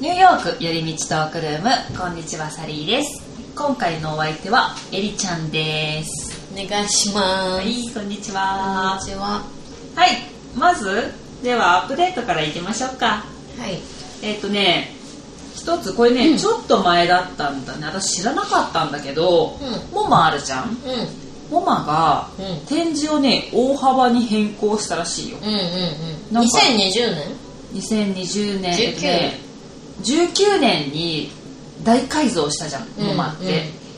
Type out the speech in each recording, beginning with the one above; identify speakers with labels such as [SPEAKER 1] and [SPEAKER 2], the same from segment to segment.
[SPEAKER 1] ーク寄り道トークルームこんにちはサリーです今回のお相手はエリちゃんです
[SPEAKER 2] お願いしま
[SPEAKER 1] は
[SPEAKER 2] す。こんに
[SPEAKER 1] いこんにちは
[SPEAKER 2] ちは。
[SPEAKER 1] はいまずではアップデートからいきましょうか
[SPEAKER 2] はい。
[SPEAKER 1] えっ、とね一つこれね、
[SPEAKER 2] うん
[SPEAKER 1] ちょっと前だったんだね私知らなかったんだけど、
[SPEAKER 2] う
[SPEAKER 1] モマあるじゃん
[SPEAKER 2] うん。
[SPEAKER 1] モマが
[SPEAKER 2] うん。
[SPEAKER 1] 展示をね大幅に変更したらしいよ
[SPEAKER 2] うんうん
[SPEAKER 1] な
[SPEAKER 2] うん。
[SPEAKER 1] んか
[SPEAKER 2] 2020
[SPEAKER 1] 2020年
[SPEAKER 2] 19
[SPEAKER 1] ね19年に大改造したじゃん、
[SPEAKER 2] 年
[SPEAKER 1] モマって、
[SPEAKER 2] うんうん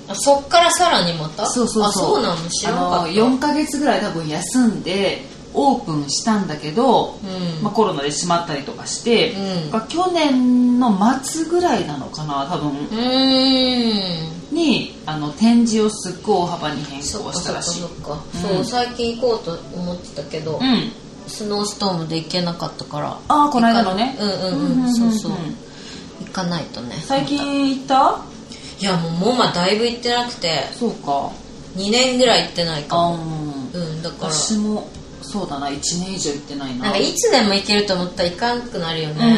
[SPEAKER 2] あそっからさらにまた
[SPEAKER 1] そうそうそう
[SPEAKER 2] あ、そうなの知らなか
[SPEAKER 1] あの
[SPEAKER 2] った。
[SPEAKER 1] 4ヶ月ぐらい多分休んでオープンしたんだけど、
[SPEAKER 2] うん。
[SPEAKER 1] まあ、コロナで閉まったりとかして、
[SPEAKER 2] うん
[SPEAKER 1] が去年の末ぐらいなのかな多分
[SPEAKER 2] うーん。
[SPEAKER 1] にあの展示をすっごい大幅に変更
[SPEAKER 2] そっか
[SPEAKER 1] した
[SPEAKER 2] そっ
[SPEAKER 1] ら
[SPEAKER 2] か
[SPEAKER 1] しい
[SPEAKER 2] そっか。
[SPEAKER 1] うん
[SPEAKER 2] そう、最近行こうと思ってたけど
[SPEAKER 1] う、ん
[SPEAKER 2] スノーストームで行けなかったから。
[SPEAKER 1] ああこの間のね
[SPEAKER 2] うんうんうん。そうそう。行かないとね。
[SPEAKER 1] 最近行った
[SPEAKER 2] いや、もうモマだいぶ行ってなくて、
[SPEAKER 1] そうか
[SPEAKER 2] 2年ぐらい行ってないか
[SPEAKER 1] あ
[SPEAKER 2] も。
[SPEAKER 1] ん
[SPEAKER 2] うん、だから。
[SPEAKER 1] 私もそうだな1年以上行ってないな
[SPEAKER 2] なんかいつでも行けると思ったら行かんくなるよ
[SPEAKER 1] うんうん
[SPEAKER 2] ね、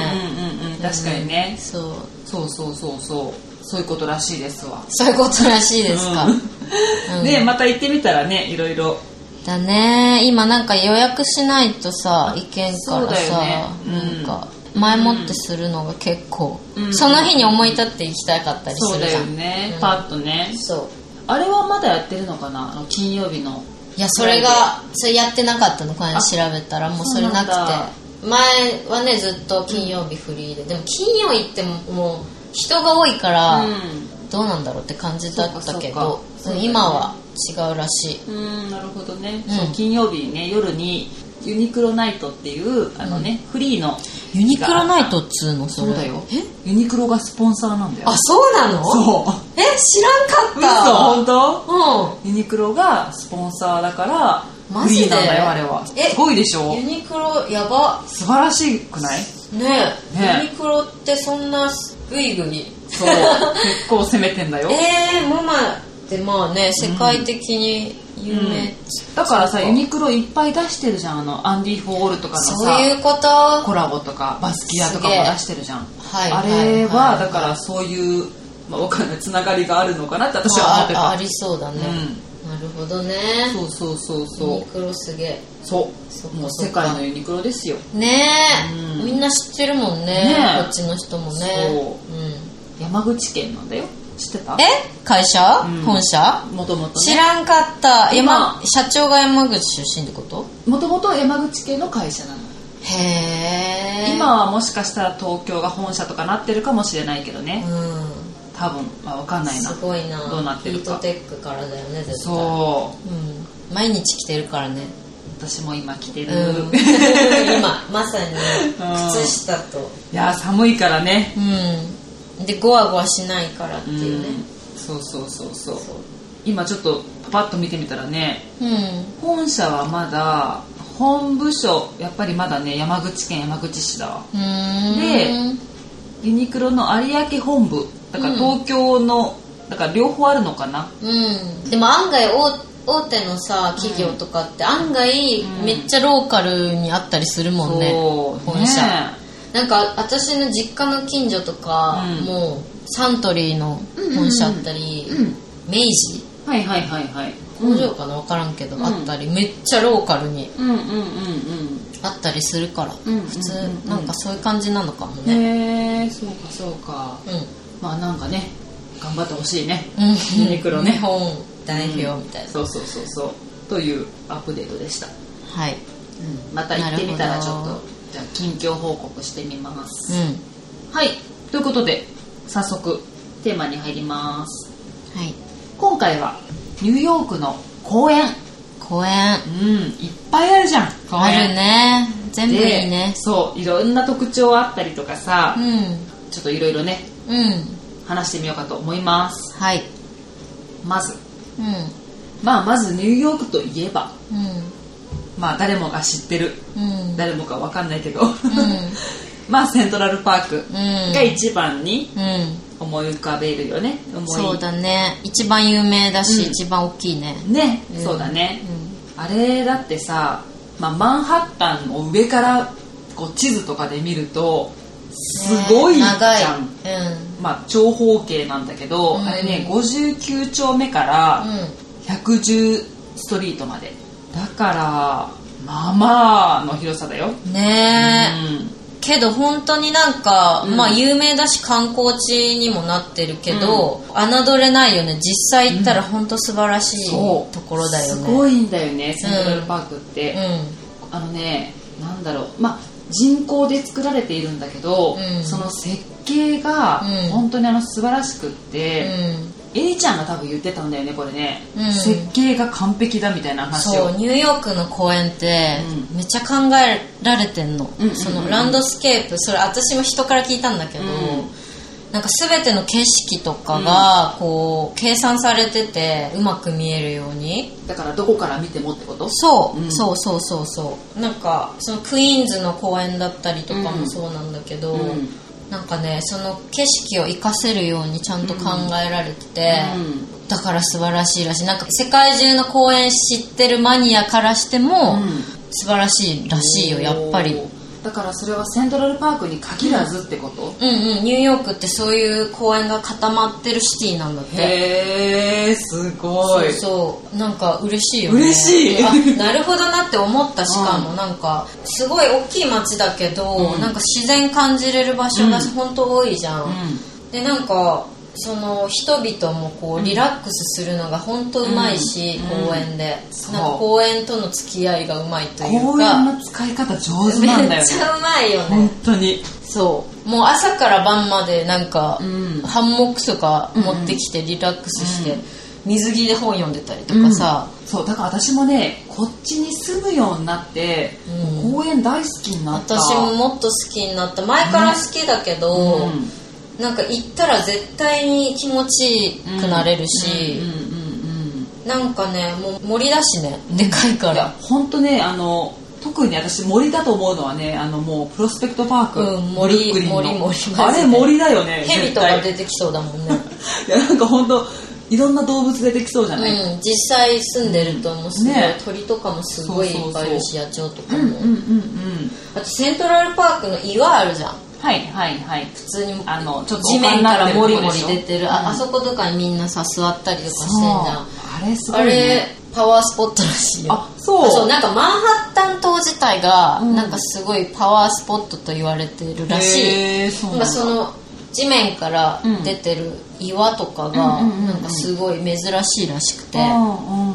[SPEAKER 1] うんうん確かにね、
[SPEAKER 2] そう
[SPEAKER 1] そうそうそうそうそういうことらしいですわ
[SPEAKER 2] そういうことらしいですか、
[SPEAKER 1] うん
[SPEAKER 2] うん
[SPEAKER 1] ねまた行ってみたらねいろいろ
[SPEAKER 2] だね今なんか予約しないとさ行けんから
[SPEAKER 1] そうだ
[SPEAKER 2] さ、
[SPEAKER 1] よねうん
[SPEAKER 2] なんか前もってするのが結構、
[SPEAKER 1] うん
[SPEAKER 2] その日に思い立って行きたかったり
[SPEAKER 1] そう
[SPEAKER 2] する
[SPEAKER 1] だ
[SPEAKER 2] じゃ
[SPEAKER 1] よ
[SPEAKER 2] ん
[SPEAKER 1] ね、
[SPEAKER 2] うん
[SPEAKER 1] パッとね
[SPEAKER 2] そう
[SPEAKER 1] あれはまだやってるのかなあの金曜日の
[SPEAKER 2] いやそれがそれやってなかったのこの間調べたらもうそれなくて
[SPEAKER 1] そうなんだ
[SPEAKER 2] 前はねずっと金曜日フリーで、でも金曜行ってももう人が多いから、どうなんだろうって感じだったけど
[SPEAKER 1] そうかそうかそうだよね
[SPEAKER 2] 今は違うらしい
[SPEAKER 1] うん、うん、なるほどね、
[SPEAKER 2] うん
[SPEAKER 1] そう金曜日ね夜にユニクロナイトっていうあのね、フリーの
[SPEAKER 2] ユニクロナイトっつうのそ
[SPEAKER 1] そう
[SPEAKER 2] れ
[SPEAKER 1] だよ
[SPEAKER 2] え
[SPEAKER 1] ユニクロがスポンサーなんだよ
[SPEAKER 2] あそうなの
[SPEAKER 1] そう
[SPEAKER 2] え知らん
[SPEAKER 1] 嘘
[SPEAKER 2] かっ
[SPEAKER 1] 本当
[SPEAKER 2] たう
[SPEAKER 1] ユニクロがスポンサーだから
[SPEAKER 2] マ
[SPEAKER 1] フ
[SPEAKER 2] ジで
[SPEAKER 1] リーなんだよあれは
[SPEAKER 2] え
[SPEAKER 1] すごいでしょ
[SPEAKER 2] んユニクロやば
[SPEAKER 1] 素晴らしくない
[SPEAKER 2] ねえ
[SPEAKER 1] ねえ
[SPEAKER 2] ユニクロってそんなグイグイ
[SPEAKER 1] そう結構攻めてんだよ
[SPEAKER 2] えー、ママってまあね世界的に有名、
[SPEAKER 1] だからさ
[SPEAKER 2] そう
[SPEAKER 1] ユニクロいっぱい出してるじゃんあのアンディ・フォールとかのさ
[SPEAKER 2] そういうことは
[SPEAKER 1] コラボとかバスキアとかも
[SPEAKER 2] すげえ
[SPEAKER 1] 出してるじゃん
[SPEAKER 2] い
[SPEAKER 1] あれはだ
[SPEAKER 2] ら
[SPEAKER 1] からそういう、まあ、わかんないつながりがあるのかなって私は思って
[SPEAKER 2] ああ
[SPEAKER 1] た
[SPEAKER 2] りそうだね、なるほどね
[SPEAKER 1] うん、そうそうそう
[SPEAKER 2] ユニ
[SPEAKER 1] そ
[SPEAKER 2] クロすげえ
[SPEAKER 1] うそ
[SPEAKER 2] そっ
[SPEAKER 1] う
[SPEAKER 2] か
[SPEAKER 1] もう
[SPEAKER 2] そ
[SPEAKER 1] 世
[SPEAKER 2] っか
[SPEAKER 1] 界のユニクロですよ
[SPEAKER 2] ねえ、
[SPEAKER 1] うん
[SPEAKER 2] みんな知ってるもんね
[SPEAKER 1] ねえ
[SPEAKER 2] こっちの人もね
[SPEAKER 1] そ
[SPEAKER 2] うん、
[SPEAKER 1] 山口県なんだよ知ってた
[SPEAKER 2] え会社、
[SPEAKER 1] うん
[SPEAKER 2] 本社
[SPEAKER 1] もともと
[SPEAKER 2] 知らんかった
[SPEAKER 1] 今
[SPEAKER 2] 山社長が山口出身ってこと
[SPEAKER 1] もともと山口県の会社なの
[SPEAKER 2] へえ
[SPEAKER 1] 今はもしかしたら東京が本社とかなってるかもしれないけどね
[SPEAKER 2] う
[SPEAKER 1] 多分、まあ、分かん
[SPEAKER 2] ん
[SPEAKER 1] ないな
[SPEAKER 2] すごいな
[SPEAKER 1] どうなってるか
[SPEAKER 2] ヒートテックからだよね絶対、
[SPEAKER 1] そう
[SPEAKER 2] ん、毎日着てるからね
[SPEAKER 1] 私も今着て
[SPEAKER 2] う
[SPEAKER 1] る、
[SPEAKER 2] ん
[SPEAKER 1] い
[SPEAKER 2] 今まさに
[SPEAKER 1] ん
[SPEAKER 2] 靴下と
[SPEAKER 1] や寒いからね
[SPEAKER 2] うんでゴワゴワしないからっていうね、
[SPEAKER 1] うんそうそうそうそう
[SPEAKER 2] そう
[SPEAKER 1] 今ちょっとパパッと見てみたらね
[SPEAKER 2] うん
[SPEAKER 1] 本社はまだ本部署やっぱりまだね山口県山口市だわ
[SPEAKER 2] うーん
[SPEAKER 1] でユニクロの有明本部だから東京の、だから両方あるのかな
[SPEAKER 2] うん、でも案外大大手のさ企業とかって案外めっちゃローカルにあったりするもんね、
[SPEAKER 1] そう
[SPEAKER 2] 本社
[SPEAKER 1] ね
[SPEAKER 2] なんか私の実家の近所とか、
[SPEAKER 1] うん
[SPEAKER 2] もうサントリーの本社あったり、
[SPEAKER 1] うん
[SPEAKER 2] 明治
[SPEAKER 1] はいはいはいはい
[SPEAKER 2] 工場かな分からんけど、
[SPEAKER 1] ん
[SPEAKER 2] あったりめっちゃローカルに
[SPEAKER 1] うんうんうん
[SPEAKER 2] あったりするから、
[SPEAKER 1] うん
[SPEAKER 2] 普通、
[SPEAKER 1] うんうんうん
[SPEAKER 2] なんかそういう感じなのかも
[SPEAKER 1] うん
[SPEAKER 2] ね、
[SPEAKER 1] へえそうかそうかまあなんかね頑張ってほしいね
[SPEAKER 2] うん、うん
[SPEAKER 1] ユニクロね
[SPEAKER 2] 日本代表みたいな、
[SPEAKER 1] そうそうそうそうというアップデートでした、
[SPEAKER 2] はい、
[SPEAKER 1] また行ってみたらちょっ
[SPEAKER 2] なる
[SPEAKER 1] と
[SPEAKER 2] ほ
[SPEAKER 1] じゃあ近況報告してみます、
[SPEAKER 2] う
[SPEAKER 1] はいということで早速テーマに入ります
[SPEAKER 2] んはい、
[SPEAKER 1] 今回はニューヨークの公園
[SPEAKER 2] 公園
[SPEAKER 1] うんいっぱいあるじゃん公
[SPEAKER 2] あ
[SPEAKER 1] 園
[SPEAKER 2] るね全部いいね
[SPEAKER 1] でそういろんな特徴あったりとかさ、
[SPEAKER 2] う
[SPEAKER 1] ちょっといろいろね
[SPEAKER 2] んうん
[SPEAKER 1] 話してみようかと思います
[SPEAKER 2] はい
[SPEAKER 1] まず
[SPEAKER 2] うん
[SPEAKER 1] まあまずニューヨークといえば
[SPEAKER 2] う
[SPEAKER 1] まあ誰もが知ってる
[SPEAKER 2] んうん
[SPEAKER 1] 誰もかわかんないけど、
[SPEAKER 2] う
[SPEAKER 1] まあセントラルパーク
[SPEAKER 2] ん
[SPEAKER 1] が一番に
[SPEAKER 2] うん
[SPEAKER 1] 思い浮かべるよね思い
[SPEAKER 2] そうだね一番有名だし、
[SPEAKER 1] うん
[SPEAKER 2] 一番大きいね
[SPEAKER 1] ね、
[SPEAKER 2] うん
[SPEAKER 1] そうだね
[SPEAKER 2] う、ん
[SPEAKER 1] あれだってさ、まあ、マンハッタンを上からこう地図とかで見るとすごいじゃん、
[SPEAKER 2] 長いうん
[SPEAKER 1] まあ、長方形なんだけど、
[SPEAKER 2] うん
[SPEAKER 1] あれね59丁目から110ストリートまでだからまあまあの広さだよ、
[SPEAKER 2] うんねえ、
[SPEAKER 1] うん
[SPEAKER 2] けど本当になんか、
[SPEAKER 1] うん
[SPEAKER 2] まあ有名だし観光地にもなってるけど、侮れないよね実際行ったら本当素晴らしい
[SPEAKER 1] そう
[SPEAKER 2] ところだよね
[SPEAKER 1] すごいんだよねセントラルパークって、
[SPEAKER 2] う
[SPEAKER 1] あのねなんだろうまあ人工で作られているんだけど、
[SPEAKER 2] うん
[SPEAKER 1] その設計が
[SPEAKER 2] うん
[SPEAKER 1] 本当にあの素晴らしくって、
[SPEAKER 2] ん、うん
[SPEAKER 1] エリちゃんが多分言ってたんだよねこれね、
[SPEAKER 2] うん
[SPEAKER 1] 設計が完璧だみたいな話を
[SPEAKER 2] そうニューヨークの公園ってめっちゃ考えられてんの,、
[SPEAKER 1] うんうんうん
[SPEAKER 2] そのランドスケープそれ私も人から聞いたんだけど、
[SPEAKER 1] うん
[SPEAKER 2] なんか全ての景色とかがこう計算されててうまく見えるように
[SPEAKER 1] だからどこから見てもってこと
[SPEAKER 2] そう、
[SPEAKER 1] うん
[SPEAKER 2] そうそうそうそうなんかそのクイーンズの公園だったりとか
[SPEAKER 1] う
[SPEAKER 2] も
[SPEAKER 1] ん
[SPEAKER 2] そうなんだけど、
[SPEAKER 1] うん
[SPEAKER 2] なんかねその景色を活かせるようにちゃんと考えられてて、
[SPEAKER 1] う
[SPEAKER 2] だから素晴らしいらしいなんか世界中の公園知ってるマニアからしても、
[SPEAKER 1] うん
[SPEAKER 2] 素晴らしいらしいよやっぱり
[SPEAKER 1] だからそれはセントラルパークに限らずってこと、
[SPEAKER 2] うんうんニューヨークってそういう公園が固まってるシティなんだって
[SPEAKER 1] へえすごい
[SPEAKER 2] そうそうなんか嬉しいよね
[SPEAKER 1] 嬉しい
[SPEAKER 2] あなるほどなって 思ったしかも、
[SPEAKER 1] う
[SPEAKER 2] なんかすごい大きい街だけど、
[SPEAKER 1] うん
[SPEAKER 2] なんか自然感じれる場所が
[SPEAKER 1] うん
[SPEAKER 2] 本当多いじゃん、
[SPEAKER 1] う
[SPEAKER 2] でなんかその人々もこうリラックスするのが本当うまいし、
[SPEAKER 1] うん
[SPEAKER 2] 公園で、
[SPEAKER 1] そう
[SPEAKER 2] なんか公園との付き合いがうまいとい
[SPEAKER 1] ん、
[SPEAKER 2] う
[SPEAKER 1] 公園
[SPEAKER 2] か
[SPEAKER 1] の使い方上手なんだよ
[SPEAKER 2] めっ
[SPEAKER 1] ね
[SPEAKER 2] ちゃうまいよ
[SPEAKER 1] 本
[SPEAKER 2] ね
[SPEAKER 1] 当に
[SPEAKER 2] そうもう朝から晩までなんか、
[SPEAKER 1] ん
[SPEAKER 2] ハンモックとか持ってきてリラックスして、
[SPEAKER 1] うん
[SPEAKER 2] 水着で本読んでたりとかさ、
[SPEAKER 1] そうだから私もねこっちに住むようになって、
[SPEAKER 2] うん
[SPEAKER 1] 公園大好きになった
[SPEAKER 2] 私ももっと好きになった前から好きだけど、
[SPEAKER 1] うん
[SPEAKER 2] なんか行ったら絶対に気持ちよくなれるし、
[SPEAKER 1] うんうんうん
[SPEAKER 2] なんかねもう森だしねでかいか
[SPEAKER 1] いや
[SPEAKER 2] ら、
[SPEAKER 1] 本当ねあの特に私森だと思うのはねあのもうプロスペクトパーク、
[SPEAKER 2] うん森
[SPEAKER 1] ブルックリンの
[SPEAKER 2] 森森
[SPEAKER 1] あれ森だよ ね
[SPEAKER 2] ヘビ
[SPEAKER 1] 絶
[SPEAKER 2] とか
[SPEAKER 1] 対
[SPEAKER 2] 出てきそうだもんね、
[SPEAKER 1] いやなんか本当いろんな動物出てきそうじゃない、
[SPEAKER 2] うん、実際住んでるともうすごい、
[SPEAKER 1] ね
[SPEAKER 2] 鳥とかもすごいいっぱいいるし野鳥とか
[SPEAKER 1] う
[SPEAKER 2] も、
[SPEAKER 1] んうんうん
[SPEAKER 2] あとセントラルパークの岩あるじゃん
[SPEAKER 1] はいはいはい
[SPEAKER 2] 普通に
[SPEAKER 1] あのちょっと
[SPEAKER 2] 地面からモリモリ
[SPEAKER 1] 丘に
[SPEAKER 2] 出
[SPEAKER 1] なってと
[SPEAKER 2] る、
[SPEAKER 1] こでしょ
[SPEAKER 2] ああそことかにみんなさ座ったりとかしてんじゃん
[SPEAKER 1] そうあれすご
[SPEAKER 2] あ
[SPEAKER 1] い、
[SPEAKER 2] れ
[SPEAKER 1] ね、
[SPEAKER 2] パワースポットらしいよ
[SPEAKER 1] あそう
[SPEAKER 2] なんかマンハッタン島自体が、
[SPEAKER 1] うん
[SPEAKER 2] なんかすごいパワースポットと言われてるらしい
[SPEAKER 1] へーそうな
[SPEAKER 2] な
[SPEAKER 1] んん
[SPEAKER 2] か
[SPEAKER 1] だ
[SPEAKER 2] その地面から出てる岩とかが、
[SPEAKER 1] うんうんうんうん
[SPEAKER 2] なんかすごい珍しいらしくて、
[SPEAKER 1] うんうんうん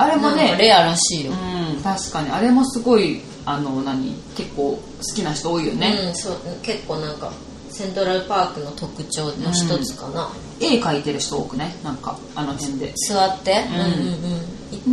[SPEAKER 1] あれも
[SPEAKER 2] なんか
[SPEAKER 1] ね
[SPEAKER 2] レアらしいよ、
[SPEAKER 1] うん確かにあれもすごいあの何結構好きな人多いよね、
[SPEAKER 2] うんそう結構なんかセントラルパークの特徴の一つかな、
[SPEAKER 1] 絵描いてる人多くないなんかあの辺で
[SPEAKER 2] 座って、
[SPEAKER 1] うん
[SPEAKER 2] うんうんう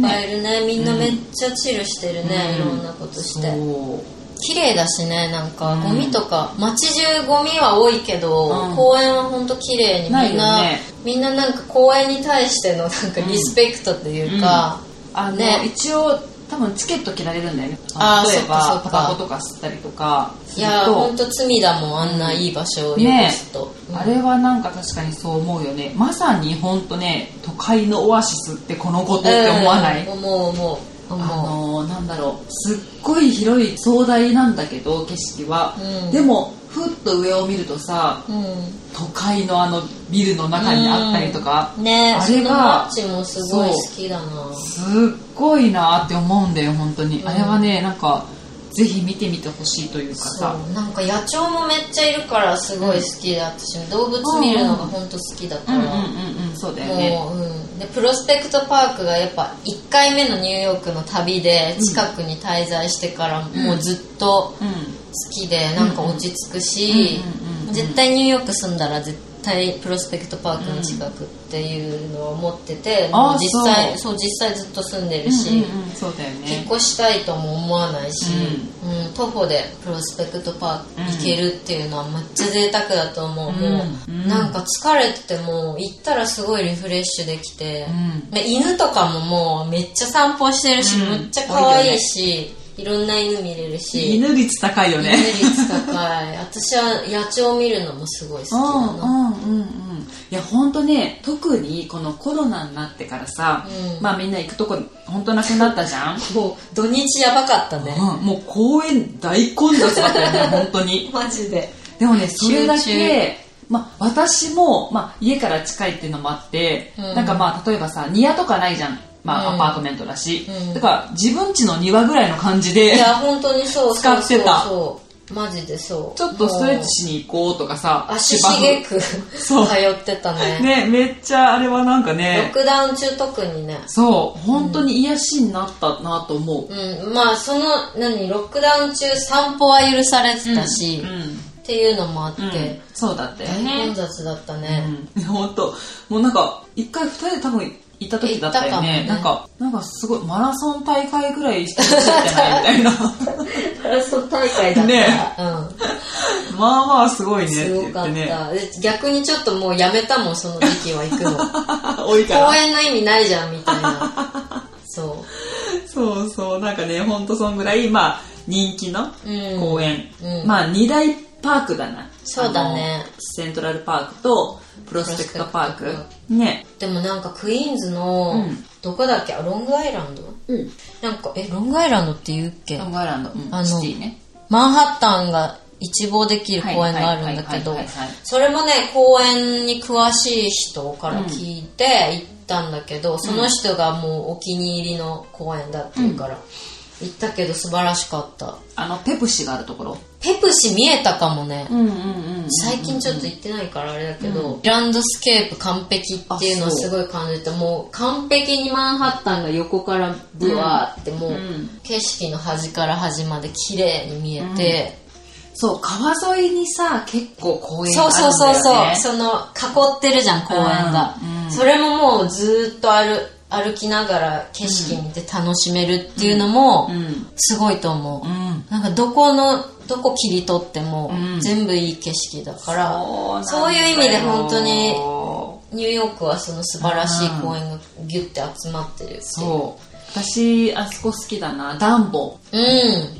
[SPEAKER 2] んいっぱいいるねみんなめっちゃチルしてるね、
[SPEAKER 1] うん
[SPEAKER 2] いろんなことして
[SPEAKER 1] そう
[SPEAKER 2] 綺麗だしねなんか
[SPEAKER 1] うん
[SPEAKER 2] ゴミとか、街中ゴミは多いけど、
[SPEAKER 1] うん
[SPEAKER 2] 公園は本当綺麗にみんな
[SPEAKER 1] ないよね
[SPEAKER 2] みんななんか公園に対してのなんかリスペクトっていうか、
[SPEAKER 1] あの、
[SPEAKER 2] ね
[SPEAKER 1] 一応多分チケット切られるんだよね
[SPEAKER 2] あー
[SPEAKER 1] 例え
[SPEAKER 2] そっかそ
[SPEAKER 1] ば
[SPEAKER 2] っか
[SPEAKER 1] タバコとか吸ったりとかす
[SPEAKER 2] い
[SPEAKER 1] る
[SPEAKER 2] やー
[SPEAKER 1] と
[SPEAKER 2] 本当罪だもんあんないい場所を汚すと、うん
[SPEAKER 1] あれはなんか確かにそう思うよねまさに本当ね都会のオアシスってこのことって思わない、
[SPEAKER 2] うん思う思う
[SPEAKER 1] あ
[SPEAKER 2] 思う
[SPEAKER 1] のーなんだろうすっごい広い壮大なんだけど景色は、
[SPEAKER 2] うん
[SPEAKER 1] でもふっと上を見るとさ
[SPEAKER 2] うん
[SPEAKER 1] 都会のあのビルの中にあったりとか、
[SPEAKER 2] ね
[SPEAKER 1] あ
[SPEAKER 2] そ
[SPEAKER 1] れ
[SPEAKER 2] のマ
[SPEAKER 1] が
[SPEAKER 2] ッチもすごい好きだな
[SPEAKER 1] すっごいなって思うんだよ本当に、
[SPEAKER 2] うん
[SPEAKER 1] あれはねなんかぜひ見てみてほしいというかさ
[SPEAKER 2] そうなんか野鳥もめっちゃいるからすごい好きだったし、動物見るのが本当好きだか
[SPEAKER 1] うん
[SPEAKER 2] ら、
[SPEAKER 1] うんうんうんそうだよね
[SPEAKER 2] もう、うん、でプロスペクトパークがやっぱ1回目のニューヨークの旅で近くに滞在してからもうずっと
[SPEAKER 1] うん
[SPEAKER 2] 好きでなんか落ち着くし
[SPEAKER 1] うんうんうんうん
[SPEAKER 2] 絶対ニューヨーク住んだら絶対プロスペクトパークの近くっていうのを思ってて、
[SPEAKER 1] あ
[SPEAKER 2] もう実際
[SPEAKER 1] そ
[SPEAKER 2] そう実際ずっと住んでるし、
[SPEAKER 1] うんうんうんそうだよ
[SPEAKER 2] 引っ
[SPEAKER 1] ね
[SPEAKER 2] 越したいとも思わないし、うん徒歩でプロスペクトパーク行けるっていうのはめっちゃ贅沢だと思
[SPEAKER 1] う
[SPEAKER 2] う、
[SPEAKER 1] ん
[SPEAKER 2] も
[SPEAKER 1] う
[SPEAKER 2] う、
[SPEAKER 1] ん
[SPEAKER 2] なんか疲れてても行ったらすごいリフレッシュできて、
[SPEAKER 1] うん
[SPEAKER 2] で犬とかももうめっちゃ散歩してるし、
[SPEAKER 1] うん
[SPEAKER 2] めっちゃ可愛いしいろんな犬見れるし
[SPEAKER 1] 犬率高いよ
[SPEAKER 2] 犬
[SPEAKER 1] ね
[SPEAKER 2] 率高い私は野鳥見るのもすごい好きだな、
[SPEAKER 1] うんうんうんうんいや本当ね特にこのコロナになってからさ、
[SPEAKER 2] うん
[SPEAKER 1] まあみんな行くとこ本当なくなったじゃん、
[SPEAKER 2] もう土日やばかったね、
[SPEAKER 1] うんもう公園大混雑だったよね本当に
[SPEAKER 2] マジで
[SPEAKER 1] でもねそれだ
[SPEAKER 2] 集中
[SPEAKER 1] け、まあ、私も、まあ、家から近いっていうのもあって、
[SPEAKER 2] うん
[SPEAKER 1] なんかまあ例えばさ庭とかないじゃん、まあ
[SPEAKER 2] うん
[SPEAKER 1] アパートメントだし、
[SPEAKER 2] うん
[SPEAKER 1] だから自分家の庭ぐらいの感じで
[SPEAKER 2] いや本当にそうそう
[SPEAKER 1] 使ってた
[SPEAKER 2] そうそうマジでそう
[SPEAKER 1] ちょっとストレッ
[SPEAKER 2] もう
[SPEAKER 1] チしに行こうとかさ
[SPEAKER 2] 足
[SPEAKER 1] 芝
[SPEAKER 2] し
[SPEAKER 1] 生
[SPEAKER 2] げく通
[SPEAKER 1] そう
[SPEAKER 2] ってたね
[SPEAKER 1] ねめっちゃあれはなんか
[SPEAKER 2] ロ
[SPEAKER 1] ね
[SPEAKER 2] ックダウン中特にね
[SPEAKER 1] そう本当に癒しになったなと思う、
[SPEAKER 2] うんまあその何ロックダウン中散歩は許されてたし、
[SPEAKER 1] うん
[SPEAKER 2] っていうのもあって、
[SPEAKER 1] うんそうだったよ
[SPEAKER 2] 大
[SPEAKER 1] ね
[SPEAKER 2] 混雑だったね、
[SPEAKER 1] うん、本当もうなんか一回二人で多分行った時だったよね
[SPEAKER 2] 行
[SPEAKER 1] な
[SPEAKER 2] っ
[SPEAKER 1] ん
[SPEAKER 2] た
[SPEAKER 1] かなんかすごいマラソン大会ぐらいしてるんじゃないみ たいな
[SPEAKER 2] マラソン大会だった、
[SPEAKER 1] ね
[SPEAKER 2] うん
[SPEAKER 1] まあまあすごいねって
[SPEAKER 2] す
[SPEAKER 1] 言
[SPEAKER 2] ご
[SPEAKER 1] っ
[SPEAKER 2] か
[SPEAKER 1] て
[SPEAKER 2] っ
[SPEAKER 1] ね
[SPEAKER 2] た、で逆にちょっともうやめたもんその時期は行く の
[SPEAKER 1] 多いから
[SPEAKER 2] 公園の意味ないじゃんみた いなそ
[SPEAKER 1] そうそうなんかね本当そんぐらいまあ人気の
[SPEAKER 2] う、うん、
[SPEAKER 1] 公園、
[SPEAKER 2] うん
[SPEAKER 1] まあ二大パークだな
[SPEAKER 2] そうだね
[SPEAKER 1] あのセントラルパークとプロスペクトパー
[SPEAKER 2] プロ
[SPEAKER 1] ク
[SPEAKER 2] スペク
[SPEAKER 1] ね
[SPEAKER 2] でもなんかクイーンズの、
[SPEAKER 1] うん
[SPEAKER 2] どこだっけあロングアイランド
[SPEAKER 1] うん
[SPEAKER 2] なんかえロングアイランドって言うっけ
[SPEAKER 1] ロングアイランド、うん
[SPEAKER 2] あの
[SPEAKER 1] シティね
[SPEAKER 2] マンハッタンが一望できる公園があるんだけど
[SPEAKER 1] はいはいはいはいはい
[SPEAKER 2] それもね公園に詳しい人から聞いて行ったんだけど、その人がもうお気に入りの公園だっていうから、行ったけど素晴らしかった
[SPEAKER 1] あのペプシがあるところ
[SPEAKER 2] ペプシ見えたかもね、
[SPEAKER 1] うんうんうん、
[SPEAKER 2] 最近ちょっと行ってないからあれだけど、グランドスケープ完璧っていうのをすごい感じてもう完璧にマンハッタンが横からブワーってもう、
[SPEAKER 1] うん
[SPEAKER 2] 景色の端から端まで綺麗に見えて、
[SPEAKER 1] そう川沿いにさ結構公園があ
[SPEAKER 2] そ
[SPEAKER 1] る
[SPEAKER 2] うん
[SPEAKER 1] だ
[SPEAKER 2] そ
[SPEAKER 1] よ
[SPEAKER 2] う
[SPEAKER 1] ね
[SPEAKER 2] そうそうその囲ってるじゃん公園が、
[SPEAKER 1] うんうん
[SPEAKER 2] それももうずーっと歩歩きながら景色見て楽しめるっていうのも
[SPEAKER 1] うん
[SPEAKER 2] すごいと思う、
[SPEAKER 1] うん
[SPEAKER 2] なんかどこのどこ切り取っても
[SPEAKER 1] うん
[SPEAKER 2] 全部いい景色だから、
[SPEAKER 1] そう
[SPEAKER 2] そういう意味で本当に
[SPEAKER 1] そ
[SPEAKER 2] ニューヨークはその素晴らしい公園がギュッて集まってるっていう
[SPEAKER 1] う私あそこ好きだなダンボ、
[SPEAKER 2] うん、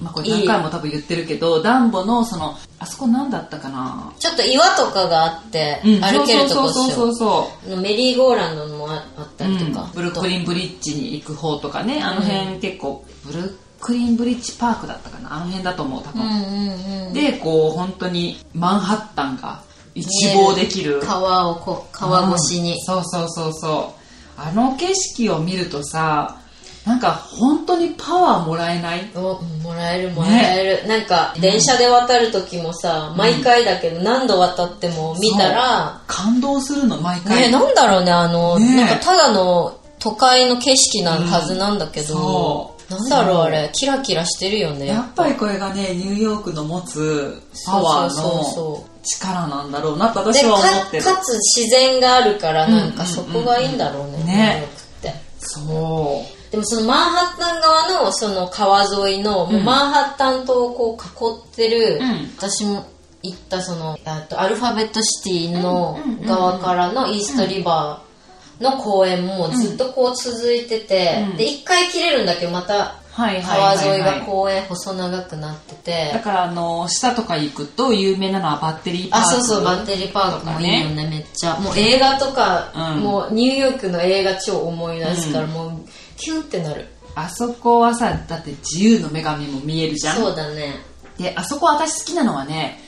[SPEAKER 1] まあ、これ
[SPEAKER 2] い
[SPEAKER 1] 何
[SPEAKER 2] い
[SPEAKER 1] 回も多分言ってるけどダンボのそのあそこなんだったかな、
[SPEAKER 2] ちょっと岩とかがあって歩けるとこで
[SPEAKER 1] そう
[SPEAKER 2] し
[SPEAKER 1] そ
[SPEAKER 2] ょ
[SPEAKER 1] うそう
[SPEAKER 2] メリーゴーランドもああった
[SPEAKER 1] そう、
[SPEAKER 2] りとか、
[SPEAKER 1] うんブルックリンブリッジに行く方とかねあの辺結構ブルックリンブリッジパークだったかなあの辺だと思う多
[SPEAKER 2] う
[SPEAKER 1] 分、
[SPEAKER 2] んうんうん
[SPEAKER 1] でこう本当にマンハッタンが一望できる
[SPEAKER 2] 川をこう川越しに、
[SPEAKER 1] うんそうそうそうそうあの景色を見るとさなんか本当にパワーもらえない
[SPEAKER 2] おもらえるもらえる、なんか電車で渡る時もさ、毎回だけど何度渡っても見たら、
[SPEAKER 1] 感動するの毎回、
[SPEAKER 2] ねなんだろうねあの、
[SPEAKER 1] ね
[SPEAKER 2] なんかただの都会の景色なはずなんだけ
[SPEAKER 1] うん
[SPEAKER 2] ど
[SPEAKER 1] そ、う
[SPEAKER 2] なんだろう
[SPEAKER 1] そう
[SPEAKER 2] あれキラキラしてるよね
[SPEAKER 1] やっぱりこれがねニューヨークの持つパワー
[SPEAKER 2] そうそう
[SPEAKER 1] の
[SPEAKER 2] そう
[SPEAKER 1] 力なんだろうなと
[SPEAKER 2] で
[SPEAKER 1] 私
[SPEAKER 2] か
[SPEAKER 1] は思ってる
[SPEAKER 2] かつ自然があるからなん
[SPEAKER 1] うんうん
[SPEAKER 2] か
[SPEAKER 1] う
[SPEAKER 2] そ
[SPEAKER 1] んうん
[SPEAKER 2] こがいいんだろうね、
[SPEAKER 1] ね
[SPEAKER 2] ニューヨークって
[SPEAKER 1] そう
[SPEAKER 2] でもそのマンハッタン側のその川沿いの、もうマンハッタン島をこう囲って
[SPEAKER 1] う
[SPEAKER 2] る、
[SPEAKER 1] ん
[SPEAKER 2] 私も行ったそのえっとアルファベットシティの側からのイーストリバーの公園もずっとこう続いてて、
[SPEAKER 1] うん
[SPEAKER 2] で一回切れるんだけどまた
[SPEAKER 1] はい
[SPEAKER 2] 川沿い
[SPEAKER 1] は
[SPEAKER 2] が公園細長くなってて、
[SPEAKER 1] だからあの下とか行くと有名なのはバッテリーパー
[SPEAKER 2] あ
[SPEAKER 1] ク
[SPEAKER 2] そうそうバッテリーパークもいいよねめっちゃもう映画とか、
[SPEAKER 1] うん
[SPEAKER 2] もうニューヨークの映画超思い出すから、もうキュンってなる
[SPEAKER 1] あそこはさだって自由の女神も見えるじゃん
[SPEAKER 2] そうだね
[SPEAKER 1] であそこ私好きなのはね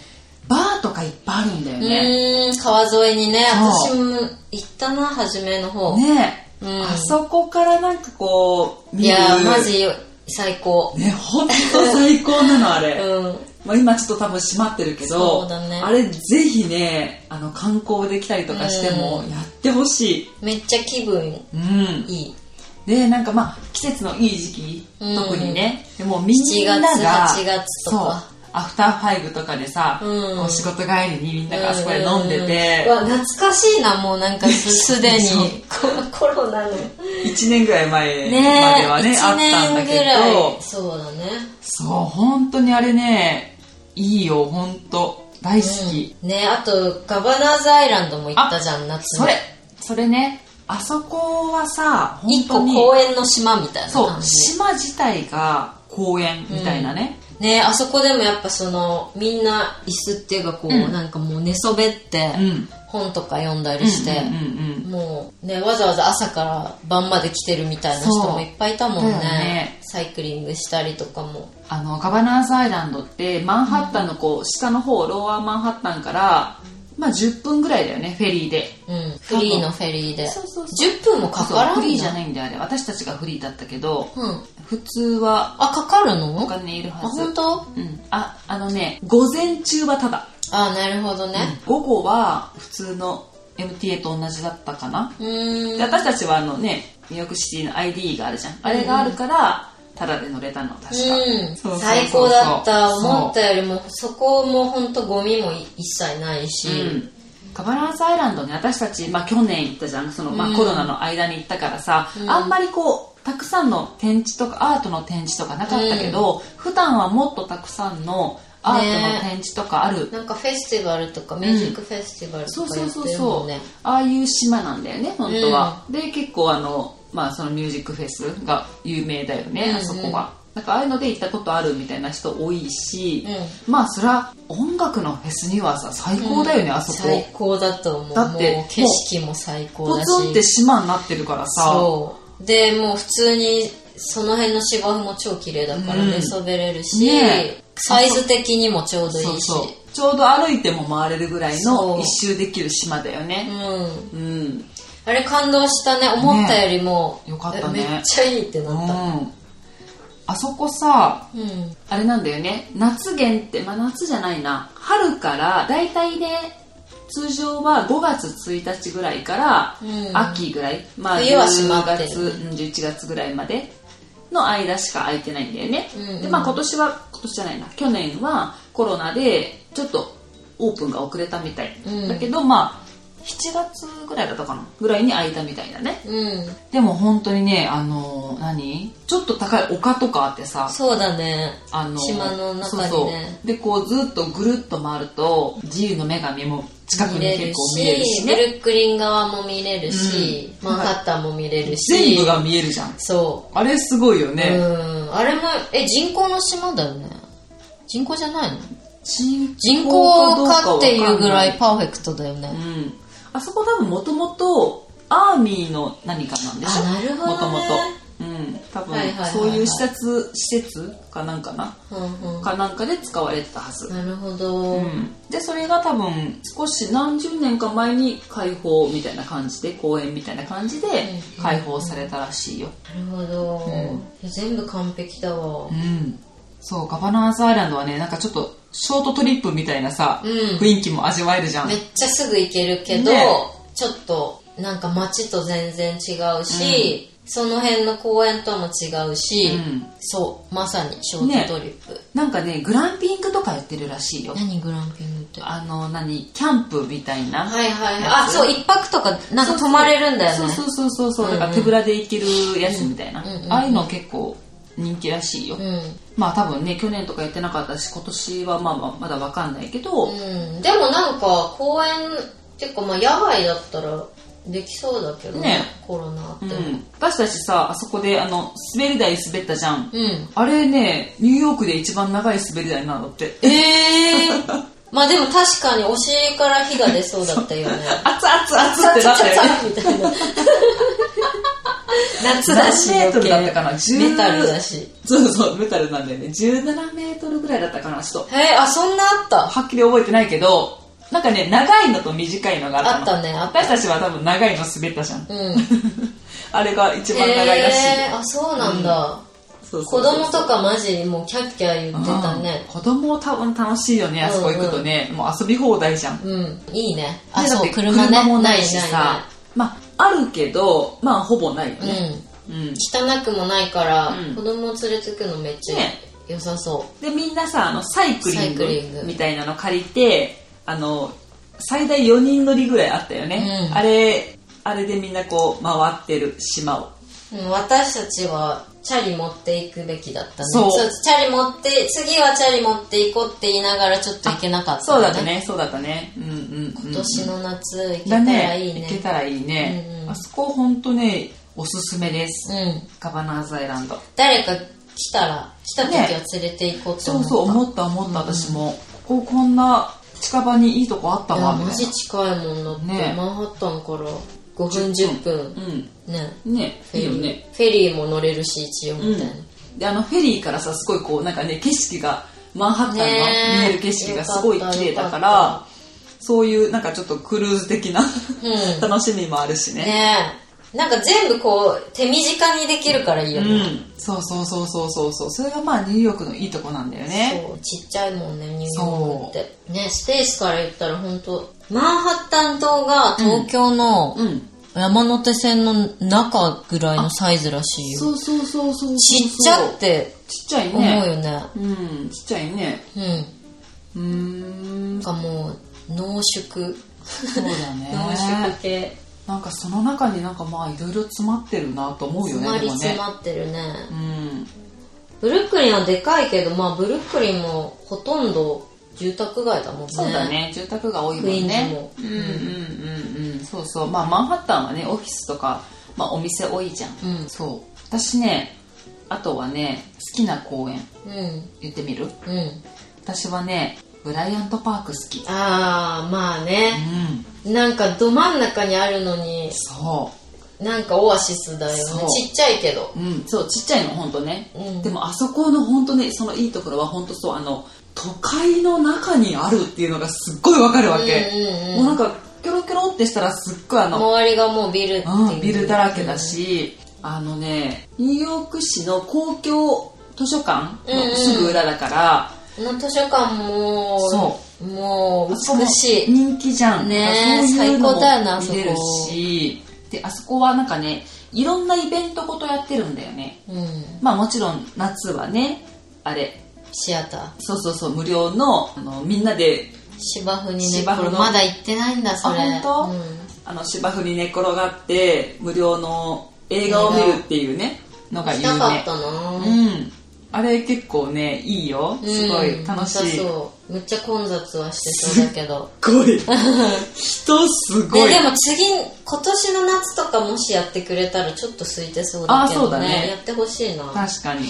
[SPEAKER 1] バーとかいっぱいあるんだよね、
[SPEAKER 2] うーん川沿いにね
[SPEAKER 1] そ
[SPEAKER 2] 私
[SPEAKER 1] う
[SPEAKER 2] も行ったな初めの方、
[SPEAKER 1] ねえ、
[SPEAKER 2] うん
[SPEAKER 1] あそこからなんかこう見
[SPEAKER 2] い
[SPEAKER 1] る
[SPEAKER 2] やーマジ最高
[SPEAKER 1] ね本当最高なのあ
[SPEAKER 2] う
[SPEAKER 1] れ、
[SPEAKER 2] ん
[SPEAKER 1] まあ、今ちょっと多分閉まってるけど
[SPEAKER 2] そうだね
[SPEAKER 1] あれぜひねあの観光できたりとかしてもやってほしい、
[SPEAKER 2] めっちゃ気分
[SPEAKER 1] うん、
[SPEAKER 2] いい
[SPEAKER 1] でなんかまあ季節のいい時期、
[SPEAKER 2] うん
[SPEAKER 1] 特にねでもみんなが
[SPEAKER 2] 7月8月とか
[SPEAKER 1] そうアフターファイブとかでさ、
[SPEAKER 2] うん
[SPEAKER 1] こう仕事帰りにみんながあそこで飲んでて、
[SPEAKER 2] うんうんうんうわ懐かしいなもうなんかすすで
[SPEAKER 1] そう
[SPEAKER 2] にこ コロナのね
[SPEAKER 1] 1年ぐらい前ま
[SPEAKER 2] え
[SPEAKER 1] ではねあったんだ
[SPEAKER 2] 1年ぐ
[SPEAKER 1] け
[SPEAKER 2] ら
[SPEAKER 1] ど
[SPEAKER 2] いそうだね
[SPEAKER 1] そう本当にあれねいいよ本当大好き、
[SPEAKER 2] うんねあとガバナーズアイランドも行ったじゃん夏に
[SPEAKER 1] それそれねあそこはさ本
[SPEAKER 2] 一
[SPEAKER 1] 当
[SPEAKER 2] 個
[SPEAKER 1] に
[SPEAKER 2] 公園の島みたいな
[SPEAKER 1] そう
[SPEAKER 2] 感じ
[SPEAKER 1] 島自体が公園みたいなね、
[SPEAKER 2] ねあそこでもやっぱそのみんな椅子っていうかこう、
[SPEAKER 1] うん
[SPEAKER 2] なんかもう寝そべって
[SPEAKER 1] うん
[SPEAKER 2] 本とか読んだりして、
[SPEAKER 1] うんうんうんうん
[SPEAKER 2] もうねわざわざ朝から晩まで来てるみたいな人もいっぱいいたもんね
[SPEAKER 1] そうだよね
[SPEAKER 2] サイクリングしたりとかも
[SPEAKER 1] あのガバナーズアイランドってマンハッタンのこう下の方ローアーマンハッタンから、まあ、10分ぐらいだよねフェリーで
[SPEAKER 2] うんフリーのフェリーで
[SPEAKER 1] そうそう
[SPEAKER 2] 10分もかからん
[SPEAKER 1] そうフリーじゃ
[SPEAKER 2] い
[SPEAKER 1] ないんだよね私たちがフリーだったけど
[SPEAKER 2] うん
[SPEAKER 1] 普通は
[SPEAKER 2] あかかるの
[SPEAKER 1] お金いる
[SPEAKER 2] あ
[SPEAKER 1] はず
[SPEAKER 2] 本当
[SPEAKER 1] うん、ああのね午前中はただ
[SPEAKER 2] あなるほどね
[SPEAKER 1] 午後は普通の MTA と同じだったかな、
[SPEAKER 2] うーん
[SPEAKER 1] で私たちはあのねニューヨークシティの ID があるじゃんあれがあるから、タダで乗れたの確か、
[SPEAKER 2] うん
[SPEAKER 1] そうそうそうそう
[SPEAKER 2] 最高だった
[SPEAKER 1] そう
[SPEAKER 2] 思ったよりもそこも本当ゴミもい一切ないし、
[SPEAKER 1] うんガバナンスアイランドね私たち、まあ、去年行ったじゃんその、ま
[SPEAKER 2] う
[SPEAKER 1] あ、
[SPEAKER 2] ん
[SPEAKER 1] コロナの間に行ったからさ、
[SPEAKER 2] うん
[SPEAKER 1] あんまりこうたくさんの展示とかアートの展示とかなかったけど、普段はもっとたくさんのアートの展示とかある、
[SPEAKER 2] なんかフェスティバルとかミュージックフェスティバル
[SPEAKER 1] そ
[SPEAKER 2] と
[SPEAKER 1] う
[SPEAKER 2] か
[SPEAKER 1] そ
[SPEAKER 2] や
[SPEAKER 1] う
[SPEAKER 2] っ
[SPEAKER 1] そ
[SPEAKER 2] て
[SPEAKER 1] う
[SPEAKER 2] る
[SPEAKER 1] そ
[SPEAKER 2] も
[SPEAKER 1] うん
[SPEAKER 2] ね
[SPEAKER 1] ああいう島なんだよね本当は、で結構あの、まあ、そのミュージックフェスが有名だよね、
[SPEAKER 2] うんうん
[SPEAKER 1] あそこがなんかああいうので行ったことあるみたいな人多いし、
[SPEAKER 2] う
[SPEAKER 1] まあそりゃ音楽のフェスにはさ最高だよね、あそこ
[SPEAKER 2] 最高だと思う
[SPEAKER 1] だって
[SPEAKER 2] もう景色も最高
[SPEAKER 1] ポ
[SPEAKER 2] だし
[SPEAKER 1] ツンって島になってるからさ
[SPEAKER 2] そうでもう普通にその辺の芝生も超綺麗だから
[SPEAKER 1] うん
[SPEAKER 2] 寝そべれるし、
[SPEAKER 1] ねえ
[SPEAKER 2] サイズ的にもちょうどいいし
[SPEAKER 1] そうそうちょうど歩いても回れるぐらい
[SPEAKER 2] そ
[SPEAKER 1] の
[SPEAKER 2] う
[SPEAKER 1] 一周できる島だよね
[SPEAKER 2] うん
[SPEAKER 1] うん、
[SPEAKER 2] あれ感動したね思ったよりも、
[SPEAKER 1] ねよかったね
[SPEAKER 2] めっちゃいいって
[SPEAKER 1] う
[SPEAKER 2] なった、
[SPEAKER 1] ん、あそこさ
[SPEAKER 2] うん
[SPEAKER 1] あれなんだよね夏限って、まあ、夏じゃないな春からだいたいね通常は5月1日ぐらいから
[SPEAKER 2] うん
[SPEAKER 1] 秋ぐらい、まあ
[SPEAKER 2] 冬は閉まって
[SPEAKER 1] 10
[SPEAKER 2] る
[SPEAKER 1] 月うん11月ぐらいまでの間しか空いてないんだよね、
[SPEAKER 2] うんうん
[SPEAKER 1] でまあ今年は今年じゃないな去年はコロナでちょっとオープンが遅れたみたい、
[SPEAKER 2] うん
[SPEAKER 1] だけどまあ7月ぐらいだったかなぐらいに空いたみたいだね
[SPEAKER 2] うん
[SPEAKER 1] でも本当にねあの何ちょっと高い丘とかあってさ
[SPEAKER 2] そうだね
[SPEAKER 1] あの
[SPEAKER 2] 島の中にね
[SPEAKER 1] そうそうでこうずっとぐるっと回ると自由の女神も近くに
[SPEAKER 2] 見れ
[SPEAKER 1] 結
[SPEAKER 2] る
[SPEAKER 1] 構
[SPEAKER 2] し
[SPEAKER 1] 見えるし
[SPEAKER 2] ブ
[SPEAKER 1] ね
[SPEAKER 2] ルックリン側も見れるし、
[SPEAKER 1] うん
[SPEAKER 2] マンハッタンも見れるし
[SPEAKER 1] 全部が見えるじゃん
[SPEAKER 2] そ
[SPEAKER 1] あれすごいよ
[SPEAKER 2] う、
[SPEAKER 1] ね、
[SPEAKER 2] うんあれもえ人工の島だよね人工じゃないの
[SPEAKER 1] 人
[SPEAKER 2] 人
[SPEAKER 1] 口
[SPEAKER 2] 工かっていうぐらい
[SPEAKER 1] か
[SPEAKER 2] パーフェクトだよ
[SPEAKER 1] わか
[SPEAKER 2] ね、
[SPEAKER 1] んないうんあそこ多分もともとアーミーの何かなんでしょ
[SPEAKER 2] あなるほどね
[SPEAKER 1] もともとうん多分
[SPEAKER 2] はいはいはいはい
[SPEAKER 1] そういう施設施設かなんかな
[SPEAKER 2] うんうん
[SPEAKER 1] かなんかで使われてたはず
[SPEAKER 2] なるほど、
[SPEAKER 1] うんでそれが多分少し何十年か前に開放みたいな感じで公園みたいな感じで
[SPEAKER 2] うん
[SPEAKER 1] 開放されたらしいよ、
[SPEAKER 2] なるほど、いや全部完璧だわ
[SPEAKER 1] うん、そうガバナンスアイランドはねなんかちょっとショートトリップみたいなさ、
[SPEAKER 2] うん
[SPEAKER 1] 雰囲気も味わえるじゃん
[SPEAKER 2] めっちゃすぐ行けるけど、
[SPEAKER 1] ね
[SPEAKER 2] ちょっとなんか街と全然違うし、その辺の公園とも違うし、
[SPEAKER 1] うん
[SPEAKER 2] そうまさにショートトリップ、
[SPEAKER 1] なんかねグランピングとかやってるらしいよ
[SPEAKER 2] 何グランピングって
[SPEAKER 1] あの何キャンプみたいな、
[SPEAKER 2] はいはい
[SPEAKER 1] や
[SPEAKER 2] はい
[SPEAKER 1] つ
[SPEAKER 2] あそう一泊とかなんか泊まれるんだよね
[SPEAKER 1] そうそうそうそうそうだから
[SPEAKER 2] うんうん
[SPEAKER 1] 手ぶらで行けるやつみたいな、
[SPEAKER 2] うんうんうん
[SPEAKER 1] ああいうの結構人気らしいよ、
[SPEAKER 2] う
[SPEAKER 1] まあ多分ね去年とかやってなかったし今年はまあまあまだわかんないけど、
[SPEAKER 2] ん、うん、でもなんか公園っていうかまあ野外だったらできそうだけど
[SPEAKER 1] ね
[SPEAKER 2] コロナって
[SPEAKER 1] う
[SPEAKER 2] も
[SPEAKER 1] ん、私たちさあそこであの滑り台滑ったじゃん
[SPEAKER 2] うん、
[SPEAKER 1] あれねニューヨークで一番長い滑り台なんだって
[SPEAKER 2] ええー、まあでも確かにお尻から火が出そうだった よね
[SPEAKER 1] 熱々熱々ってなったよね
[SPEAKER 2] みたいな 夏だし
[SPEAKER 1] 何メートルだっ
[SPEAKER 2] 余
[SPEAKER 1] たかな
[SPEAKER 2] 計
[SPEAKER 1] 10
[SPEAKER 2] メタルだし
[SPEAKER 1] そうそうメタルなんだよね17メートルぐらいだったかなちょっと
[SPEAKER 2] へえあそんなあった
[SPEAKER 1] はっきり覚えてないけどなんかね長いのと短いのがあったの
[SPEAKER 2] あったねあった
[SPEAKER 1] 私たちは多分長いの滑ったじゃん
[SPEAKER 2] うん
[SPEAKER 1] あれが一番長いらしい、
[SPEAKER 2] へえあそうなんだ、
[SPEAKER 1] そうそ
[SPEAKER 2] 子
[SPEAKER 1] うそう
[SPEAKER 2] 供とかマジにもうキャッキャ言ってたね
[SPEAKER 1] うん子供多分楽しいよねあそこ行くとね、もう遊び放題じゃん
[SPEAKER 2] うんいいね
[SPEAKER 1] ね
[SPEAKER 2] あ
[SPEAKER 1] だっ
[SPEAKER 2] そ
[SPEAKER 1] て
[SPEAKER 2] う車ね
[SPEAKER 1] も
[SPEAKER 2] な
[SPEAKER 1] ない
[SPEAKER 2] い
[SPEAKER 1] し
[SPEAKER 2] ない
[SPEAKER 1] さまああるけどまあほぼないよ
[SPEAKER 2] ない
[SPEAKER 1] ね、
[SPEAKER 2] うん
[SPEAKER 1] うん
[SPEAKER 2] 汚くもないから、
[SPEAKER 1] うん
[SPEAKER 2] 子供を連れてくのめっちゃ
[SPEAKER 1] ね
[SPEAKER 2] 良さそ
[SPEAKER 1] でみんなさあのサイクリン
[SPEAKER 2] サイクリン
[SPEAKER 1] グ
[SPEAKER 2] グ
[SPEAKER 1] みたいなの借りてあの最大4人乗りぐらいあったよね、
[SPEAKER 2] うん
[SPEAKER 1] あれあれでみんなこう回ってる島を
[SPEAKER 2] う、うん、私たちはチャリ持っていくべきだったね
[SPEAKER 1] そう
[SPEAKER 2] チャリ持って次はチャリ持っていこうって言いながらちょっと行けなかった、ね、
[SPEAKER 1] そうだったねそうだったねうんうん今
[SPEAKER 2] 今年の夏行け
[SPEAKER 1] だ
[SPEAKER 2] たら
[SPEAKER 1] ね
[SPEAKER 2] いいね
[SPEAKER 1] 行けたらいいね、
[SPEAKER 2] うんうん
[SPEAKER 1] あそこ本当ねおすすめです、
[SPEAKER 2] うん
[SPEAKER 1] ガバナーズアイランド
[SPEAKER 2] 誰か来たら来た時
[SPEAKER 1] ね
[SPEAKER 2] は連れて行こうと
[SPEAKER 1] そ
[SPEAKER 2] 思
[SPEAKER 1] う
[SPEAKER 2] った、
[SPEAKER 1] そう思った思った、私もこここんな近場にいいとこあった
[SPEAKER 2] い
[SPEAKER 1] わ
[SPEAKER 2] や
[SPEAKER 1] みたい
[SPEAKER 2] マ
[SPEAKER 1] な
[SPEAKER 2] ジ近いもんだって、
[SPEAKER 1] ね
[SPEAKER 2] マンハッタンから5分10分
[SPEAKER 1] う
[SPEAKER 2] ね
[SPEAKER 1] んね
[SPEAKER 2] フ
[SPEAKER 1] いいよ
[SPEAKER 2] ェリー
[SPEAKER 1] ね
[SPEAKER 2] フェリーも乗れるし一応みたいな、
[SPEAKER 1] であのフェリーからさすごいこうなんかね景色がマンハッタンが
[SPEAKER 2] ねえ
[SPEAKER 1] 見える景色がすごい綺麗だか
[SPEAKER 2] よから
[SPEAKER 1] そういうなんかちょっとクルーズ的な
[SPEAKER 2] うん
[SPEAKER 1] 楽しみもあるしね
[SPEAKER 2] ねえなんか全部こう手短にできるからいいよ
[SPEAKER 1] う
[SPEAKER 2] ね、
[SPEAKER 1] んそうそうそうそうそうそうそれがまあニューヨークのいいとこなんだよね
[SPEAKER 2] そうちっちゃいもんねニューヨークってねステージから言ったら本当マンハッタン島が東京の
[SPEAKER 1] うん
[SPEAKER 2] 山手線の中ぐらいのサイズらしいよ、
[SPEAKER 1] うそうそうそう
[SPEAKER 2] ちっちゃって
[SPEAKER 1] ちっちゃい
[SPEAKER 2] 思う
[SPEAKER 1] ね
[SPEAKER 2] よね
[SPEAKER 1] うんちっちゃいね
[SPEAKER 2] うん
[SPEAKER 1] うーん
[SPEAKER 2] なんかもう濃縮
[SPEAKER 1] そうだね
[SPEAKER 2] 濃縮系
[SPEAKER 1] なんかその中になんかまあいろいろ詰まってるなと思うよね
[SPEAKER 2] 詰まり
[SPEAKER 1] でも
[SPEAKER 2] 詰
[SPEAKER 1] ね
[SPEAKER 2] まってるね
[SPEAKER 1] うん
[SPEAKER 2] ブルックリンはでかいけどまあブルックリンもほとんど住宅街だもんね
[SPEAKER 1] そうだね住宅が多いもんねうん
[SPEAKER 2] クイ
[SPEAKER 1] うん
[SPEAKER 2] ー
[SPEAKER 1] うんうんそうそうまあマンハッタンはねオフィスとか、まあ、お店多いじゃん、
[SPEAKER 2] うん
[SPEAKER 1] そう私ねあとはね好きな公園
[SPEAKER 2] うん
[SPEAKER 1] 言ってみる
[SPEAKER 2] うん
[SPEAKER 1] 私はねブライアントパーク好き
[SPEAKER 2] ああまあ
[SPEAKER 1] う
[SPEAKER 2] ね
[SPEAKER 1] ん
[SPEAKER 2] なんかど真ん中にあるのに
[SPEAKER 1] そ
[SPEAKER 2] なんかオアシスだよね
[SPEAKER 1] そう
[SPEAKER 2] ちっちゃいけど
[SPEAKER 1] ううんそうちっちゃいのほんとね、
[SPEAKER 2] うん
[SPEAKER 1] でもあそこのほんとねそのいいところはほんとそうあの都会の中にあるっていうのがすっごいわかるわけ、
[SPEAKER 2] うんうんうん
[SPEAKER 1] もうなんかキョロキョロってしたらすっごいあの
[SPEAKER 2] 周りがもうビルって
[SPEAKER 1] う、
[SPEAKER 2] いうん
[SPEAKER 1] ビルだらけだし、あのねニューヨーク市の公共図書館
[SPEAKER 2] うんう
[SPEAKER 1] の
[SPEAKER 2] ん
[SPEAKER 1] すぐ裏だから、
[SPEAKER 2] この図書館も
[SPEAKER 1] そう
[SPEAKER 2] もう
[SPEAKER 1] あそこ
[SPEAKER 2] 美しい
[SPEAKER 1] 人気じゃん
[SPEAKER 2] ねえ
[SPEAKER 1] そういうのも
[SPEAKER 2] 最高だよなあそこ
[SPEAKER 1] 見れるしであそこはなんかねいろんなイベントごとやってるんだよね
[SPEAKER 2] うん
[SPEAKER 1] まあもちろん夏はねあれ
[SPEAKER 2] シアター
[SPEAKER 1] そうそうそう無料のあのみんなで
[SPEAKER 2] 芝生にね
[SPEAKER 1] 芝
[SPEAKER 2] こ
[SPEAKER 1] 生の
[SPEAKER 2] れまだ行ってないんだそれ
[SPEAKER 1] あ本あの芝生に寝転がって無料の映画を見るっていうねの
[SPEAKER 2] 当
[SPEAKER 1] が
[SPEAKER 2] 行
[SPEAKER 1] 有
[SPEAKER 2] き
[SPEAKER 1] 名
[SPEAKER 2] たかったな
[SPEAKER 1] うん、あれ結構ねいいよすごい楽しい、す
[SPEAKER 2] うん
[SPEAKER 1] っ
[SPEAKER 2] そうむっちゃ混雑はしてそうだけど
[SPEAKER 1] ごい人すごい、
[SPEAKER 2] ね、でも次今年の夏とかもしやってくれたらちょっと空いてそうだけ
[SPEAKER 1] あそう
[SPEAKER 2] ど
[SPEAKER 1] だ
[SPEAKER 2] ね
[SPEAKER 1] ね
[SPEAKER 2] やってほしいな
[SPEAKER 1] 確かに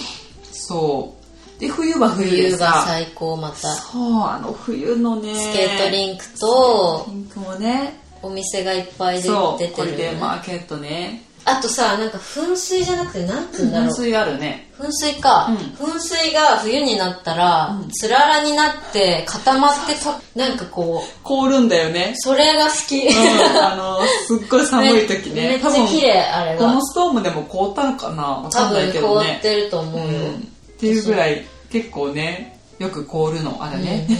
[SPEAKER 1] そうで冬は冬で
[SPEAKER 2] 冬が
[SPEAKER 1] さ
[SPEAKER 2] 最高またス
[SPEAKER 1] そうあの冬のね
[SPEAKER 2] ケートリンクと
[SPEAKER 1] ピンクもね
[SPEAKER 2] お店がいっぱいで
[SPEAKER 1] そう
[SPEAKER 2] 出て
[SPEAKER 1] これ
[SPEAKER 2] るよ
[SPEAKER 1] で
[SPEAKER 2] ね
[SPEAKER 1] マーケットね
[SPEAKER 2] あとさなんか噴水じゃなくてなんて言うんだろ
[SPEAKER 1] 噴
[SPEAKER 2] う
[SPEAKER 1] 水あるね
[SPEAKER 2] 噴水か、
[SPEAKER 1] うん
[SPEAKER 2] 噴水が冬になったら、つららになって固まってたなんかこう
[SPEAKER 1] 凍るんだよね、
[SPEAKER 2] それが好き、
[SPEAKER 1] うん、あのすっごい寒い時ね
[SPEAKER 2] めめっちゃ綺麗あ
[SPEAKER 1] 多分
[SPEAKER 2] れ
[SPEAKER 1] こ
[SPEAKER 2] が
[SPEAKER 1] のストームでも凍ったのかなわ
[SPEAKER 2] 多
[SPEAKER 1] かんない
[SPEAKER 2] 分
[SPEAKER 1] け
[SPEAKER 2] 凍
[SPEAKER 1] ど
[SPEAKER 2] っ
[SPEAKER 1] ね
[SPEAKER 2] てると思うよ、
[SPEAKER 1] うんっていうぐらい結構ねよく凍るのあれね、
[SPEAKER 2] うんう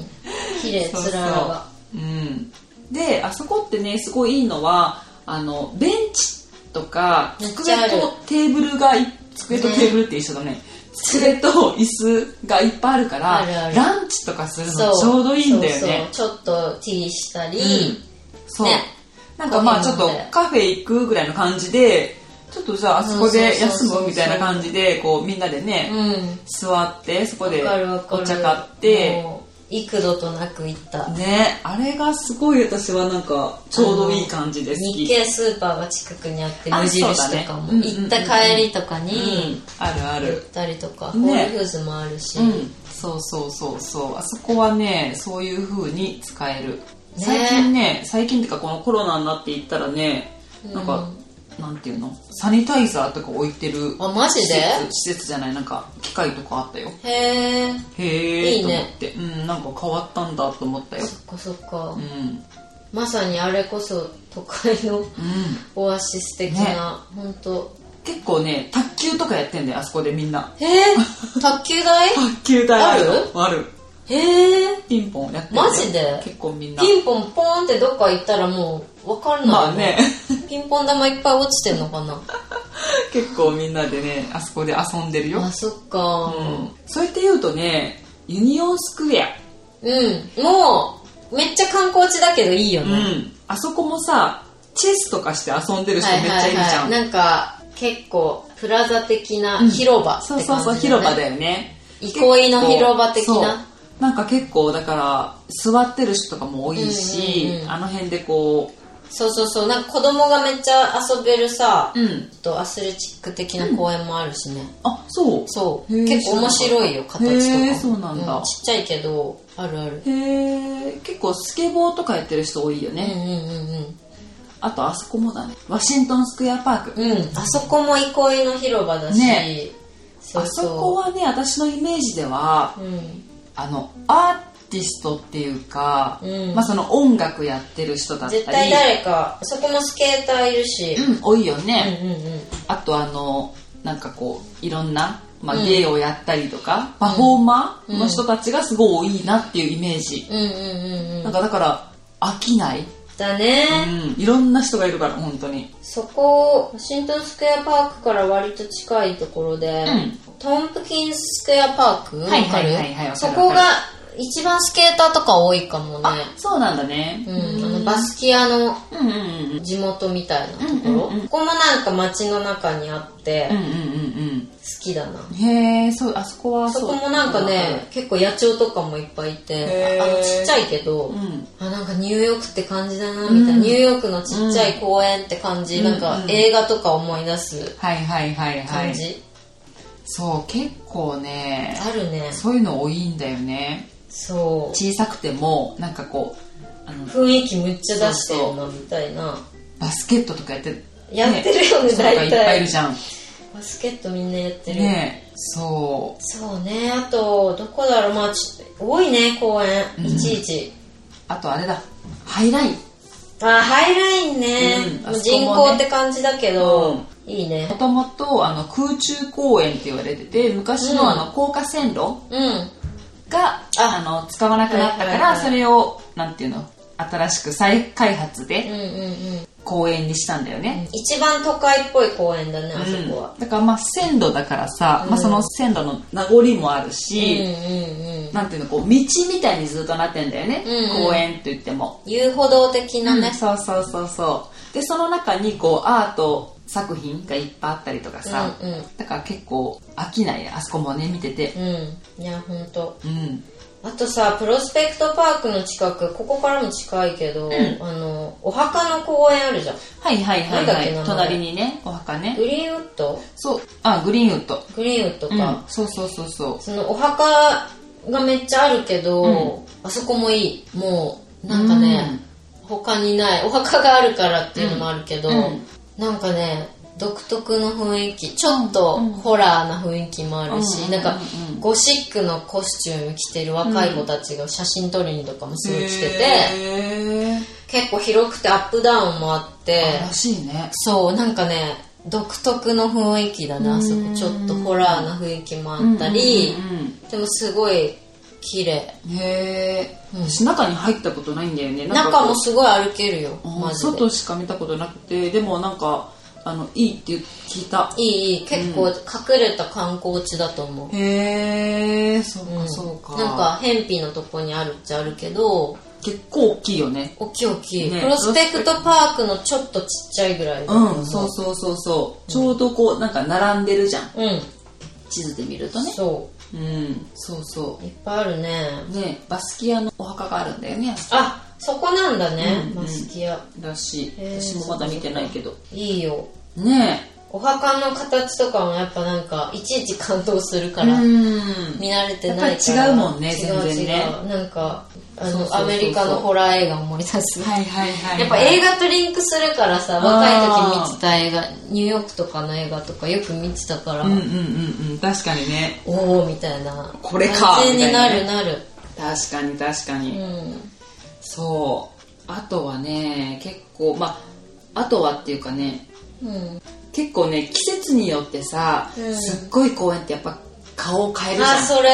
[SPEAKER 2] ん綺麗
[SPEAKER 1] そうそ
[SPEAKER 2] つ
[SPEAKER 1] う
[SPEAKER 2] ららが
[SPEAKER 1] うん、であそこってねすごいいいのはあのベンチとか
[SPEAKER 2] めっ
[SPEAKER 1] 机
[SPEAKER 2] ちゃある
[SPEAKER 1] とテーブルがい机と
[SPEAKER 2] ね
[SPEAKER 1] テーブルって一緒だね机と椅子がいっぱいあるから
[SPEAKER 2] あるある
[SPEAKER 1] ランチとかするの
[SPEAKER 2] そう
[SPEAKER 1] ちょうどいいんだよね
[SPEAKER 2] そうそうちょっとティーしたり、
[SPEAKER 1] うんそう、
[SPEAKER 2] ね
[SPEAKER 1] なんかまあちょっと
[SPEAKER 2] コーヒー飲んで
[SPEAKER 1] カフェ行くぐらいの感じでちょっとじゃああそこで
[SPEAKER 2] うんそうそう
[SPEAKER 1] 休
[SPEAKER 2] そう
[SPEAKER 1] むみたいな感じでこうみんなでね、
[SPEAKER 2] うん
[SPEAKER 1] 座ってそこで
[SPEAKER 2] わかるわかる
[SPEAKER 1] お茶買って
[SPEAKER 2] もう幾度となく行った
[SPEAKER 1] ねあれがすごい私はなんかちょうどいい感じで好き
[SPEAKER 2] 日系スーパーが近くにあって
[SPEAKER 1] あ
[SPEAKER 2] 無印とかも、
[SPEAKER 1] そうだね
[SPEAKER 2] 行った帰りとか
[SPEAKER 1] う
[SPEAKER 2] に
[SPEAKER 1] んあるあ
[SPEAKER 2] 行っ
[SPEAKER 1] る
[SPEAKER 2] たりと
[SPEAKER 1] ね
[SPEAKER 2] か、ホールフーズもあるし、
[SPEAKER 1] うんそうそうそうそうあそこはねそういう風に使える
[SPEAKER 2] ね
[SPEAKER 1] 最近ね最近っていうかこのコロナになっていったらねなんか、なんていうのサニタイザーとか置いてる
[SPEAKER 2] あマジで
[SPEAKER 1] 施設施設じゃないなんか機械とかあったよ
[SPEAKER 2] へえ
[SPEAKER 1] へ
[SPEAKER 2] い
[SPEAKER 1] え
[SPEAKER 2] い
[SPEAKER 1] と思
[SPEAKER 2] ね
[SPEAKER 1] ってうんなんか変わったんだと思ったよ
[SPEAKER 2] そっかそっか、
[SPEAKER 1] うん
[SPEAKER 2] まさにあれこそ都会の
[SPEAKER 1] うん
[SPEAKER 2] オアシス的
[SPEAKER 1] ね
[SPEAKER 2] な、ほんと
[SPEAKER 1] 結構ね卓球とかやってんだよあそこでみんな
[SPEAKER 2] へえ卓 球台
[SPEAKER 1] 卓球台あるのある
[SPEAKER 2] へえ
[SPEAKER 1] ピンポンやってんだよ
[SPEAKER 2] マジで
[SPEAKER 1] 結構みんな
[SPEAKER 2] ピンポンポーンってどっか行ったらもう分かんない、
[SPEAKER 1] まあね
[SPEAKER 2] ピンポン玉いっぱい落ちてんのかな
[SPEAKER 1] 結構みんなでねあそこで遊んでるよ、
[SPEAKER 2] あそっか
[SPEAKER 1] うん、そうやって言うとねユニオンスクエア、
[SPEAKER 2] うん、もうめっちゃ観光地だけどいいよ
[SPEAKER 1] う
[SPEAKER 2] ね、
[SPEAKER 1] ん、あそこもさチェスとかして遊んでる人めっちゃいるじゃん、
[SPEAKER 2] なんか結構プラザ的な広場って
[SPEAKER 1] そ
[SPEAKER 2] 感
[SPEAKER 1] う
[SPEAKER 2] じ
[SPEAKER 1] そうそう
[SPEAKER 2] だよ
[SPEAKER 1] 広
[SPEAKER 2] ね
[SPEAKER 1] 場だよね
[SPEAKER 2] 憩いの広場
[SPEAKER 1] 結
[SPEAKER 2] 的な
[SPEAKER 1] 構そうなんか結構だから座ってる人とかも多いし、
[SPEAKER 2] うんうんうん
[SPEAKER 1] あの辺でこ
[SPEAKER 2] そうそうそうなんか子供がめっちゃ遊べるさ、
[SPEAKER 1] ううん
[SPEAKER 2] ちょっとアスレチック的な公園もあるしね、
[SPEAKER 1] あそう
[SPEAKER 2] そう
[SPEAKER 1] へー
[SPEAKER 2] 結構面白い
[SPEAKER 1] 知らな
[SPEAKER 2] よ
[SPEAKER 1] かっ
[SPEAKER 2] 形
[SPEAKER 1] た
[SPEAKER 2] とかも
[SPEAKER 1] へーそうなんだ
[SPEAKER 2] うちっちゃいけどあるある
[SPEAKER 1] へえ結構スケボーとかやってる人多いよ
[SPEAKER 2] うんう
[SPEAKER 1] ね、
[SPEAKER 2] んうんうん
[SPEAKER 1] あとあそこもだねワシントンスクエアパーク、
[SPEAKER 2] うん、あそこも憩いの広場だし、
[SPEAKER 1] ね
[SPEAKER 2] そう
[SPEAKER 1] あ
[SPEAKER 2] そ
[SPEAKER 1] そうこはね私のイメージでは
[SPEAKER 2] うん
[SPEAKER 1] あのアーティストっていうか、
[SPEAKER 2] うん
[SPEAKER 1] まあ、その音楽やってる人だったり
[SPEAKER 2] 絶対誰かそこもスケーターいるし、
[SPEAKER 1] うん、多いよ
[SPEAKER 2] うん、
[SPEAKER 1] ね、
[SPEAKER 2] うんうん
[SPEAKER 1] あとあのなんかこういろんな、まあ
[SPEAKER 2] うん
[SPEAKER 1] 芸をやったりとか、パフォーマーの人たちがすごい多いなっていうイメージ、
[SPEAKER 2] うんうんうんう
[SPEAKER 1] なん
[SPEAKER 2] ん
[SPEAKER 1] かだから飽きない、
[SPEAKER 2] だね、
[SPEAKER 1] うん、いろんな人がいるから本当に
[SPEAKER 2] そこワシントンスクエアパークから割と近いところで、
[SPEAKER 1] ん
[SPEAKER 2] トンプキンスクエアパークわ
[SPEAKER 1] はい
[SPEAKER 2] か
[SPEAKER 1] はい
[SPEAKER 2] る
[SPEAKER 1] はいはいわかるわかる
[SPEAKER 2] そこが一番スケーターとか多いかもね
[SPEAKER 1] あそうなんだね
[SPEAKER 2] うん、あのバスキアの
[SPEAKER 1] うんうんうん
[SPEAKER 2] 地元みたいなところ、
[SPEAKER 1] うんうんうん
[SPEAKER 2] ここもなんか街の中にあって、
[SPEAKER 1] うんうん
[SPEAKER 2] 好
[SPEAKER 1] うん
[SPEAKER 2] きだな
[SPEAKER 1] うんへえそうあそこは
[SPEAKER 2] そうこもなんかね結構野鳥とかもいっぱいいて
[SPEAKER 1] へー
[SPEAKER 2] ああのちっちゃいけど、
[SPEAKER 1] うん
[SPEAKER 2] あなんかニューヨークって感じだなみたいな、ニューヨークのちっちゃい公園って感じ、なんか映画とか思い出す
[SPEAKER 1] はいはいはいは
[SPEAKER 2] 感
[SPEAKER 1] い
[SPEAKER 2] じ、
[SPEAKER 1] そう結構ね
[SPEAKER 2] あるね
[SPEAKER 1] そういうの多いんだよね
[SPEAKER 2] そ
[SPEAKER 1] 小さくてもなんかこうあの
[SPEAKER 2] う雰囲気むっちゃ出してるなみたいな
[SPEAKER 1] バスケットとかやってる
[SPEAKER 2] やってるよね
[SPEAKER 1] 人とかい
[SPEAKER 2] 大
[SPEAKER 1] っぱいい
[SPEAKER 2] 体
[SPEAKER 1] るじゃん
[SPEAKER 2] バスケットみんなやってる、
[SPEAKER 1] ねえそ
[SPEAKER 2] そうねあとどこだろうまあち多いね公園、
[SPEAKER 1] うん
[SPEAKER 2] いちいち
[SPEAKER 1] うあとあれだハイライン
[SPEAKER 2] あハイラインね
[SPEAKER 1] う、ん
[SPEAKER 2] もう
[SPEAKER 1] あそこもね
[SPEAKER 2] 人工って感じだけど、いいね
[SPEAKER 1] もともとあの空中公園って言われてて昔
[SPEAKER 2] うん
[SPEAKER 1] のあの高架線路
[SPEAKER 2] うん
[SPEAKER 1] が、あの使わなくなったから、
[SPEAKER 2] はいはいはい
[SPEAKER 1] それをなんていうの新しく再開発
[SPEAKER 2] うん
[SPEAKER 1] で
[SPEAKER 2] うんうん
[SPEAKER 1] 公園にしたんだよね、
[SPEAKER 2] 一番都会っぽい公園だねあそこは、
[SPEAKER 1] だからまあ線路だからさ、まあ、その線路の名残もある
[SPEAKER 2] うん、
[SPEAKER 1] し、
[SPEAKER 2] うんうん
[SPEAKER 1] なんていうのこう道みたいにずっとなってんだよね、
[SPEAKER 2] うんうん
[SPEAKER 1] 公園って言っても、
[SPEAKER 2] 遊歩道的なね、
[SPEAKER 1] そうそうそうそうでその中にこうアート作品がいっぱいあったりとかさ、
[SPEAKER 2] うんうん
[SPEAKER 1] だから結構飽きないあそこもね見てて
[SPEAKER 2] うんいやほんと
[SPEAKER 1] うん
[SPEAKER 2] あとさプロスペクトパークの近くここからも近いけど、あのお墓の公園あるじゃん
[SPEAKER 1] はいはいはい
[SPEAKER 2] なんだっ
[SPEAKER 1] は
[SPEAKER 2] け名
[SPEAKER 1] い
[SPEAKER 2] 前
[SPEAKER 1] 隣にねお墓ね
[SPEAKER 2] グリーンウッド
[SPEAKER 1] そうあグリーンウッド
[SPEAKER 2] グリーンウッド
[SPEAKER 1] う
[SPEAKER 2] か
[SPEAKER 1] ん、、そうそうそうそう
[SPEAKER 2] そのお墓がめっちゃあるけど、あそこもいいもうなんかね、他にないお墓があるからっていうのもあるけど、
[SPEAKER 1] うんうん
[SPEAKER 2] なんかね独特の雰囲気ちょっと
[SPEAKER 1] うん
[SPEAKER 2] ホラーな雰囲気もあるし、
[SPEAKER 1] うん
[SPEAKER 2] なんか
[SPEAKER 1] うんうん
[SPEAKER 2] ゴシックのコスチューム着てる若い子たちが写真撮りにとかもすごい来てて、
[SPEAKER 1] へー
[SPEAKER 2] 結構広くてアップダウンもあって
[SPEAKER 1] あらしいね
[SPEAKER 2] そうなんかね独特の雰囲気だねあそこちょっとホラーな雰囲気もあったり、
[SPEAKER 1] うん
[SPEAKER 2] でもすごい綺麗
[SPEAKER 1] うんへえ、
[SPEAKER 2] うん
[SPEAKER 1] 私中に入ったことないんだよねなんか
[SPEAKER 2] 中
[SPEAKER 1] こ
[SPEAKER 2] も
[SPEAKER 1] う
[SPEAKER 2] すごい歩けるよ
[SPEAKER 1] うん
[SPEAKER 2] マジで
[SPEAKER 1] 外しか見たことなくてでもなんかあのいいって聞いた
[SPEAKER 2] いいいい結構隠れた観光地だと思う、
[SPEAKER 1] へえそう
[SPEAKER 2] うん
[SPEAKER 1] かそうか、
[SPEAKER 2] なんか偏僻のとこにあるっちゃあるけど
[SPEAKER 1] 結構大きいよね
[SPEAKER 2] 大きい大きい、
[SPEAKER 1] ね
[SPEAKER 2] プロスペクトパークのちょっとちっちゃいぐらいだと思
[SPEAKER 1] うんそうそうそうそう、ちょうどこうなんか並んでるじゃん
[SPEAKER 2] うん
[SPEAKER 1] 地図で見るとね
[SPEAKER 2] そ
[SPEAKER 1] うんそうそう
[SPEAKER 2] いっぱいあるね
[SPEAKER 1] うねバスキアのお墓があるんだよね
[SPEAKER 2] あそこなんだね、
[SPEAKER 1] うん
[SPEAKER 2] マスキア
[SPEAKER 1] らしい
[SPEAKER 2] へー
[SPEAKER 1] 私もまだ見てないけど
[SPEAKER 2] いいよ
[SPEAKER 1] ね
[SPEAKER 2] お墓の形とかもやっぱなんかいちいち感動する
[SPEAKER 1] え
[SPEAKER 2] から、
[SPEAKER 1] ん
[SPEAKER 2] 見慣れてないから
[SPEAKER 1] やっぱり違うもんね
[SPEAKER 2] 違う
[SPEAKER 1] 全然ね
[SPEAKER 2] 違うなんかあの
[SPEAKER 1] そうそうそうそう
[SPEAKER 2] アメリカのホラー映画思い出す、
[SPEAKER 1] はいはいはい
[SPEAKER 2] やっぱ映画とリンクするからさ
[SPEAKER 1] あー
[SPEAKER 2] 若い時見てた映画ニューヨークとかの映画とかよく見てたから、
[SPEAKER 1] うんうんうんうん確かにね
[SPEAKER 2] おおみたいな
[SPEAKER 1] これか
[SPEAKER 2] 感じになる
[SPEAKER 1] み
[SPEAKER 2] なる
[SPEAKER 1] 確かに確か
[SPEAKER 2] う
[SPEAKER 1] に、
[SPEAKER 2] ん
[SPEAKER 1] そうあとはね結構まああとはっていうかね
[SPEAKER 2] うん、
[SPEAKER 1] 結構ね季節によってさ、
[SPEAKER 2] うん
[SPEAKER 1] すっごい公園ってやっぱ顔を変えるじゃん
[SPEAKER 2] あそれ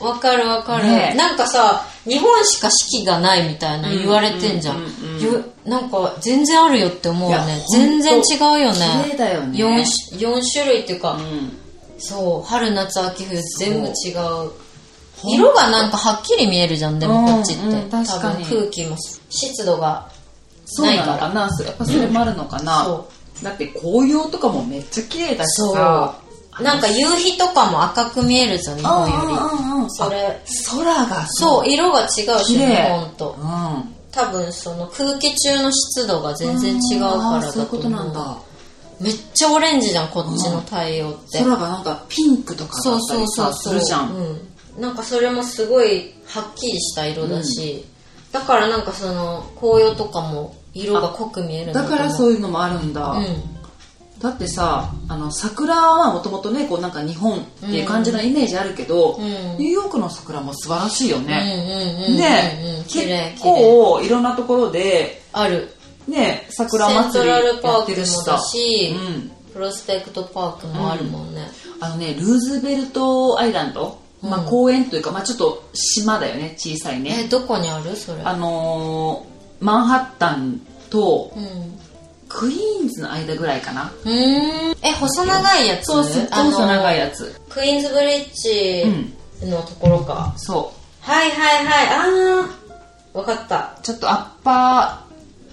[SPEAKER 2] わかるわかる、
[SPEAKER 1] ねえ
[SPEAKER 2] なんかさ日本しか四季がないみたいな言われてんじゃん,、
[SPEAKER 1] うんうんうんうん
[SPEAKER 2] よなんか全然あるよって思う
[SPEAKER 1] いや
[SPEAKER 2] ね全然違うよね
[SPEAKER 1] 綺麗だよね
[SPEAKER 2] 4, 4種類っていうか、
[SPEAKER 1] うん
[SPEAKER 2] そう春夏秋冬全部違う
[SPEAKER 1] う
[SPEAKER 2] 色がなんかはっきり見えるじゃんでもこっちって、
[SPEAKER 1] うんうん確
[SPEAKER 2] 多
[SPEAKER 1] か
[SPEAKER 2] 分
[SPEAKER 1] に
[SPEAKER 2] 空気も湿度が
[SPEAKER 1] そうなのかなそうやっぱそれもあるのかな、
[SPEAKER 2] そ
[SPEAKER 1] だって紅葉とかもめっちゃ綺麗だし
[SPEAKER 2] そう
[SPEAKER 1] さ
[SPEAKER 2] なんか夕日とかも赤く見えるじゃん日本よ
[SPEAKER 1] うん
[SPEAKER 2] り
[SPEAKER 1] うんうん
[SPEAKER 2] それ
[SPEAKER 1] 空が
[SPEAKER 2] そう色が違うし
[SPEAKER 1] 綺
[SPEAKER 2] 日
[SPEAKER 1] 麗
[SPEAKER 2] 本と
[SPEAKER 1] うん
[SPEAKER 2] 多分その空気中の湿度が全然違うから
[SPEAKER 1] あー
[SPEAKER 2] だ
[SPEAKER 1] そう
[SPEAKER 2] と
[SPEAKER 1] いうこ
[SPEAKER 2] 思
[SPEAKER 1] となんだ
[SPEAKER 2] めっちゃオレンジじゃんこっちの太陽って、
[SPEAKER 1] 空がなんかピンクとかだ
[SPEAKER 2] そう
[SPEAKER 1] った
[SPEAKER 2] そう
[SPEAKER 1] り
[SPEAKER 2] そ
[SPEAKER 1] さ
[SPEAKER 2] う
[SPEAKER 1] す
[SPEAKER 2] そう
[SPEAKER 1] るじゃん
[SPEAKER 2] うん、なんかそれもすごいはっきりした色だし、だからなんかその紅葉とかも色が濃く見えるん
[SPEAKER 1] だからそう
[SPEAKER 2] いう
[SPEAKER 1] いうのもあるんだ、
[SPEAKER 2] うん、
[SPEAKER 1] だってさあの桜はもともとねこうなんか日本っていう感じのイメージあるけど、
[SPEAKER 2] ん
[SPEAKER 1] ニューヨークの桜も素晴らしいよね、
[SPEAKER 2] うんうんうんうんうん
[SPEAKER 1] ね、
[SPEAKER 2] 綺麗
[SPEAKER 1] 結
[SPEAKER 2] 綺麗
[SPEAKER 1] 構いろんなところで
[SPEAKER 2] ある
[SPEAKER 1] ね
[SPEAKER 2] セ
[SPEAKER 1] 桜
[SPEAKER 2] ン
[SPEAKER 1] 祭
[SPEAKER 2] ト
[SPEAKER 1] り
[SPEAKER 2] ラル
[SPEAKER 1] や
[SPEAKER 2] パ
[SPEAKER 1] っ
[SPEAKER 2] ー
[SPEAKER 1] て
[SPEAKER 2] ク
[SPEAKER 1] る
[SPEAKER 2] も
[SPEAKER 1] しさ、
[SPEAKER 2] だし、
[SPEAKER 1] うん、
[SPEAKER 2] プロスペクトパークもあるもんね、
[SPEAKER 1] あのねルーズベルトアイランド、まあ、
[SPEAKER 2] うん
[SPEAKER 1] 公園というか、まあ、ちょっと島だよね小さいね
[SPEAKER 2] えどこにあるそれ
[SPEAKER 1] あのーマンハッタンと
[SPEAKER 2] うんう
[SPEAKER 1] クイーンズの間ぐらいかな
[SPEAKER 2] ーんえ細長いやつ
[SPEAKER 1] そうすっごい細長いやつ
[SPEAKER 2] クイーンズブリッジのところか、
[SPEAKER 1] そ
[SPEAKER 2] はいはいはいああわかった
[SPEAKER 1] うちょっとアッパ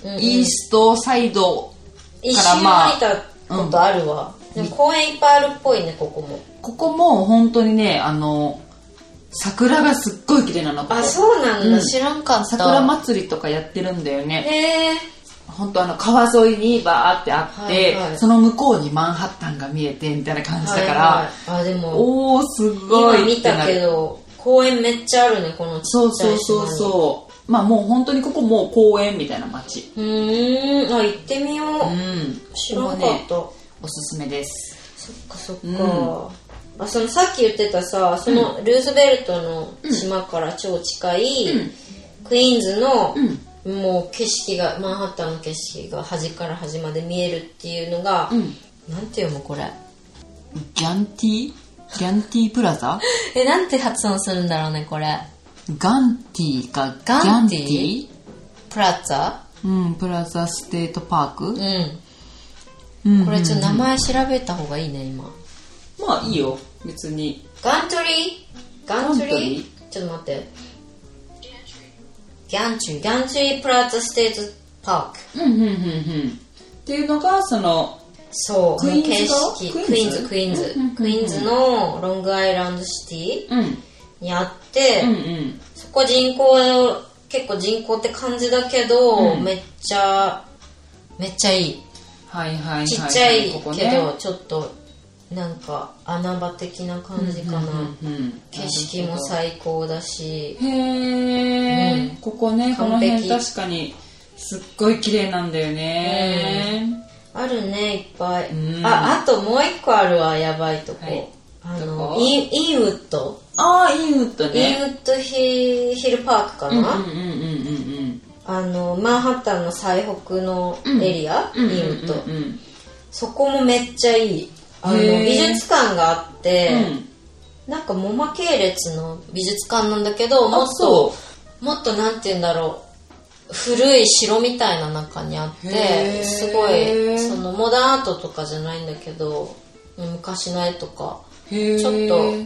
[SPEAKER 2] うんうん
[SPEAKER 1] ーイーストサイド
[SPEAKER 2] 一
[SPEAKER 1] から
[SPEAKER 2] 周
[SPEAKER 1] まあ
[SPEAKER 2] 歩いたことあるわ、でも公園いっぱいあるっぽいねここも
[SPEAKER 1] ここも本当にねあの桜がすっごい綺麗なのここ
[SPEAKER 2] あそうなんだ、
[SPEAKER 1] うん
[SPEAKER 2] 知らんかった
[SPEAKER 1] 桜祭りとかやってるんだよね
[SPEAKER 2] へえ
[SPEAKER 1] 本当あの川沿いにバーってあって、
[SPEAKER 2] はいはい
[SPEAKER 1] その向こうにマンハッタンが見えてみたいな感じだから、
[SPEAKER 2] はいはいあでも
[SPEAKER 1] おおすご
[SPEAKER 2] 今
[SPEAKER 1] い
[SPEAKER 2] 見
[SPEAKER 1] ってな
[SPEAKER 2] たけ
[SPEAKER 1] る
[SPEAKER 2] ど公園めっちゃあるねこのちっ
[SPEAKER 1] そう
[SPEAKER 2] ちゃ
[SPEAKER 1] そ
[SPEAKER 2] いう島
[SPEAKER 1] そ
[SPEAKER 2] に
[SPEAKER 1] うそうまあもう本当にここもう公園みたいな街
[SPEAKER 2] うーんあ行ってみよう、
[SPEAKER 1] うん
[SPEAKER 2] 知らんか
[SPEAKER 1] こ
[SPEAKER 2] っ
[SPEAKER 1] こね
[SPEAKER 2] た、
[SPEAKER 1] おすすめです
[SPEAKER 2] そっかそっか、
[SPEAKER 1] う
[SPEAKER 2] あそのさっき言ってたさそのルーズベルトの島から超近い、
[SPEAKER 1] うん
[SPEAKER 2] クイーンズの、
[SPEAKER 1] ん
[SPEAKER 2] もう景色がマンハッタンの景色が端から端まで見えるっていうのが、
[SPEAKER 1] ん
[SPEAKER 2] なんて読むこれ
[SPEAKER 1] ギャンティギャンティプラ ザ
[SPEAKER 2] えなんて発音するんだろうねこれ
[SPEAKER 1] ガンティか
[SPEAKER 2] ガンティ
[SPEAKER 1] ギャン
[SPEAKER 2] プラッツァ
[SPEAKER 1] ティうんプラザステートパーク、
[SPEAKER 2] う
[SPEAKER 1] うん
[SPEAKER 2] んこれちょっと
[SPEAKER 1] うん
[SPEAKER 2] 名前調べた方がいいね今
[SPEAKER 1] まあいいよ別に
[SPEAKER 2] ガントリーガントリー
[SPEAKER 1] ガントリ
[SPEAKER 2] ちょっと待ってギャンチュリーギャンチュリープラッツァステートパーク
[SPEAKER 1] うんうんうんうんっていうのがその
[SPEAKER 2] そう
[SPEAKER 1] クイーンズ
[SPEAKER 2] 景
[SPEAKER 1] が
[SPEAKER 2] 色
[SPEAKER 1] ク
[SPEAKER 2] ク
[SPEAKER 1] イー
[SPEAKER 2] イー
[SPEAKER 1] ン
[SPEAKER 2] ン
[SPEAKER 1] ズ
[SPEAKER 2] ズクイーンズ
[SPEAKER 1] うんうんうん
[SPEAKER 2] クイーンズのロングアイランドシテ
[SPEAKER 1] うん
[SPEAKER 2] ィにあって、
[SPEAKER 1] うんうん
[SPEAKER 2] そこ人口結構人口って感じだけど、めっちゃめっちゃいい
[SPEAKER 1] はいはいはいはい
[SPEAKER 2] ちっちゃいけど
[SPEAKER 1] ここね
[SPEAKER 2] ちょっとなんか穴場的な感じかな、
[SPEAKER 1] うんうん
[SPEAKER 2] 景色も最高だし
[SPEAKER 1] へえ、
[SPEAKER 2] うん
[SPEAKER 1] ここねこの
[SPEAKER 2] 完璧
[SPEAKER 1] 辺確かにすっごい綺麗なんだよね、
[SPEAKER 2] あるねいっぱい、
[SPEAKER 1] うん
[SPEAKER 2] ああともう一個あるわやばいとこ、
[SPEAKER 1] はい
[SPEAKER 2] あ
[SPEAKER 1] ど
[SPEAKER 2] の
[SPEAKER 1] こ
[SPEAKER 2] インインウッド、
[SPEAKER 1] ああインウッド
[SPEAKER 2] イン
[SPEAKER 1] ね
[SPEAKER 2] ウッドヒヒルパークか
[SPEAKER 1] うんうん
[SPEAKER 2] な、
[SPEAKER 1] うんうんうん
[SPEAKER 2] あのマンハッタンの最北のエリア、
[SPEAKER 1] うん
[SPEAKER 2] インウッド、
[SPEAKER 1] うんうん
[SPEAKER 2] そこもめっちゃいいあの
[SPEAKER 1] へー
[SPEAKER 2] 美術館があって、
[SPEAKER 1] うん
[SPEAKER 2] なんかモマ系列の美術館なんだけどもっ
[SPEAKER 1] そ
[SPEAKER 2] ともっとなんて言うんだろう古い城みたいな中にあっ
[SPEAKER 1] へー
[SPEAKER 2] てすごいそのモダンアートとかじゃないんだけど昔の絵とか
[SPEAKER 1] へえ
[SPEAKER 2] ちょっと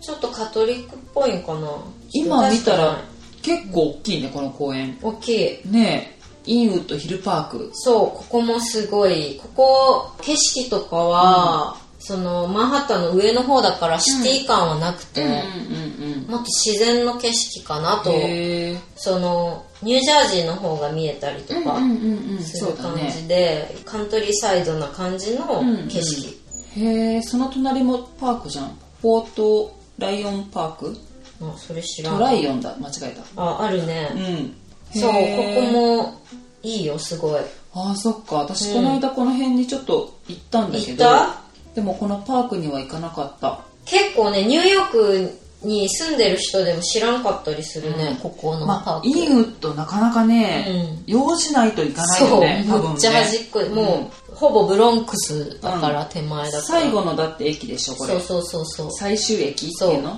[SPEAKER 2] ちょっとカトリックっぽいんかな
[SPEAKER 1] 今見た
[SPEAKER 2] ちょっ
[SPEAKER 1] ら
[SPEAKER 2] と出して
[SPEAKER 1] 結構大きいねこの公園
[SPEAKER 2] ない大きい
[SPEAKER 1] ねえインウッドヒルパーク
[SPEAKER 2] そうここもすごいここ景色とかは、そのマンハッタンの上の方だからシティ感はなくて、
[SPEAKER 1] うんうん
[SPEAKER 2] もっと自然の景色かなと
[SPEAKER 1] へえ
[SPEAKER 2] そのニュージャージーの方が見えたりとか
[SPEAKER 1] うんうんうん
[SPEAKER 2] す
[SPEAKER 1] そ
[SPEAKER 2] る
[SPEAKER 1] うだ
[SPEAKER 2] 感
[SPEAKER 1] ね
[SPEAKER 2] じで、カントリーサイドな感じの景色、
[SPEAKER 1] へえその隣もパークじゃんポートライオンパーク
[SPEAKER 2] あそれ知ら
[SPEAKER 1] ト
[SPEAKER 2] ん
[SPEAKER 1] ライオンだ間違えた
[SPEAKER 2] ああるね、
[SPEAKER 1] うん
[SPEAKER 2] そうこ
[SPEAKER 1] へ
[SPEAKER 2] こ
[SPEAKER 1] ー
[SPEAKER 2] もいいよすごい
[SPEAKER 1] ああそっか私この間この辺にちょっと行ったんだけど、
[SPEAKER 2] 行った
[SPEAKER 1] でもこのパークには行かなかった
[SPEAKER 2] 結構ねニューヨークに住んでる人でも知らんかったりするね、ここのパー
[SPEAKER 1] まあ
[SPEAKER 2] ク、
[SPEAKER 1] インウッドなかなかね、用しないといかない
[SPEAKER 2] そ
[SPEAKER 1] よ
[SPEAKER 2] う、
[SPEAKER 1] ね多分ね
[SPEAKER 2] めっちゃ端っこいもう、ほぼブロンクスだから、手前だから
[SPEAKER 1] 最後のだって駅でしょこ
[SPEAKER 2] そ
[SPEAKER 1] れ
[SPEAKER 2] うそうそうそう
[SPEAKER 1] 最終駅って
[SPEAKER 2] そ
[SPEAKER 1] い
[SPEAKER 2] う
[SPEAKER 1] ううんの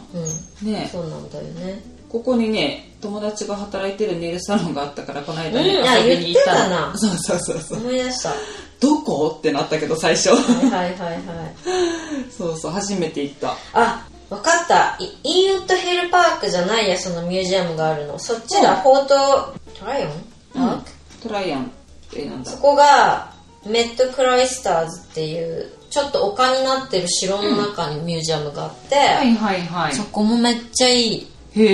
[SPEAKER 1] ね
[SPEAKER 2] そうなんだよね
[SPEAKER 1] ここにね友達が働いてるネイルサロンがあったからこの間ね、
[SPEAKER 2] うんあ
[SPEAKER 1] 遊びに行った
[SPEAKER 2] 言ってたな
[SPEAKER 1] そうそうそうそう
[SPEAKER 2] 思い出したは
[SPEAKER 1] どこってなったけど最初
[SPEAKER 2] いはいはいはい
[SPEAKER 1] そうそう初めて行った
[SPEAKER 2] あわかったイインウッドヒルパークじゃないやそのミュージアムがあるのそっち
[SPEAKER 1] う
[SPEAKER 2] だ
[SPEAKER 1] ん
[SPEAKER 2] フォートトライオンパーク、
[SPEAKER 1] トライアンえなんだ
[SPEAKER 2] そこがメットクライスターズっていうちょっと丘になってる城の中にミュージアムがあって、
[SPEAKER 1] はいはいはい
[SPEAKER 2] そこもめっちゃいい
[SPEAKER 1] へ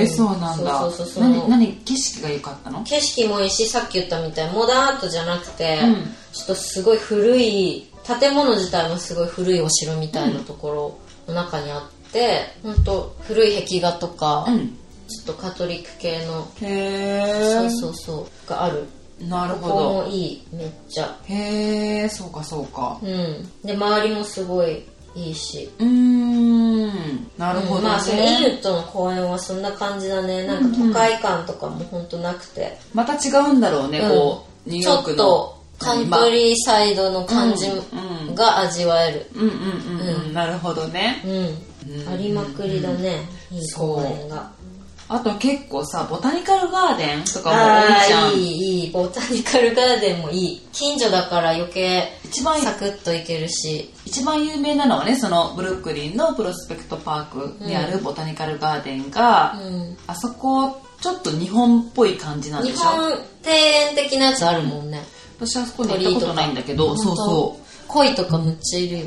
[SPEAKER 1] え、
[SPEAKER 2] うん
[SPEAKER 1] そうなんだ
[SPEAKER 2] そうそうそうそう
[SPEAKER 1] 何何景色が良かったの
[SPEAKER 2] 景色もいいしさっき言ったみたいにモダンアートじゃなくて、
[SPEAKER 1] うん
[SPEAKER 2] ちょっとすごい古い建物自体もすごい古いお城みたいなところの中にあって、ほんと古い壁画とか、
[SPEAKER 1] うん
[SPEAKER 2] ちょっとカトリック系の、
[SPEAKER 1] へえ
[SPEAKER 2] そうそうそうがある
[SPEAKER 1] うなるほ
[SPEAKER 2] ここ
[SPEAKER 1] ど
[SPEAKER 2] もいいめっちゃ
[SPEAKER 1] へえそうかそうか
[SPEAKER 2] うんで周りもすごいいいし
[SPEAKER 1] うーんなるほど、ね
[SPEAKER 2] うんまあそのインウッドの公園はそんな感じだねなんか都会感とかもほんとなくて、
[SPEAKER 1] また違うんだろうね、
[SPEAKER 2] うん
[SPEAKER 1] こうニュー
[SPEAKER 2] ち
[SPEAKER 1] ヨ
[SPEAKER 2] ょ
[SPEAKER 1] ーク
[SPEAKER 2] っ
[SPEAKER 1] の
[SPEAKER 2] とカントリーサイドの感じ
[SPEAKER 1] うんうん
[SPEAKER 2] が味わえる
[SPEAKER 1] うんうんうん、うん、なるほどね
[SPEAKER 2] うん、ありまくりだね、いい
[SPEAKER 1] そう
[SPEAKER 2] 公園が
[SPEAKER 1] あと結構さボタニカルガーデンとかも多いじゃ
[SPEAKER 2] あ
[SPEAKER 1] ん
[SPEAKER 2] ーいいいいボタニカルガーデンもいい近所だから余計
[SPEAKER 1] 一番
[SPEAKER 2] サクッといけるし
[SPEAKER 1] 一番有名なのはねそのブルックリンのプロスペクトパークにあるボタニカルガーデンが、
[SPEAKER 2] うん
[SPEAKER 1] あそこちょっと日本っぽい感じなんで
[SPEAKER 2] 日
[SPEAKER 1] しょ
[SPEAKER 2] 本庭園的なやつあるもんね、
[SPEAKER 1] 私はそこに行ったことないんだけどそう
[SPEAKER 2] ほ
[SPEAKER 1] そ
[SPEAKER 2] んと
[SPEAKER 1] う
[SPEAKER 2] 鯉とかむっちゃいるよ、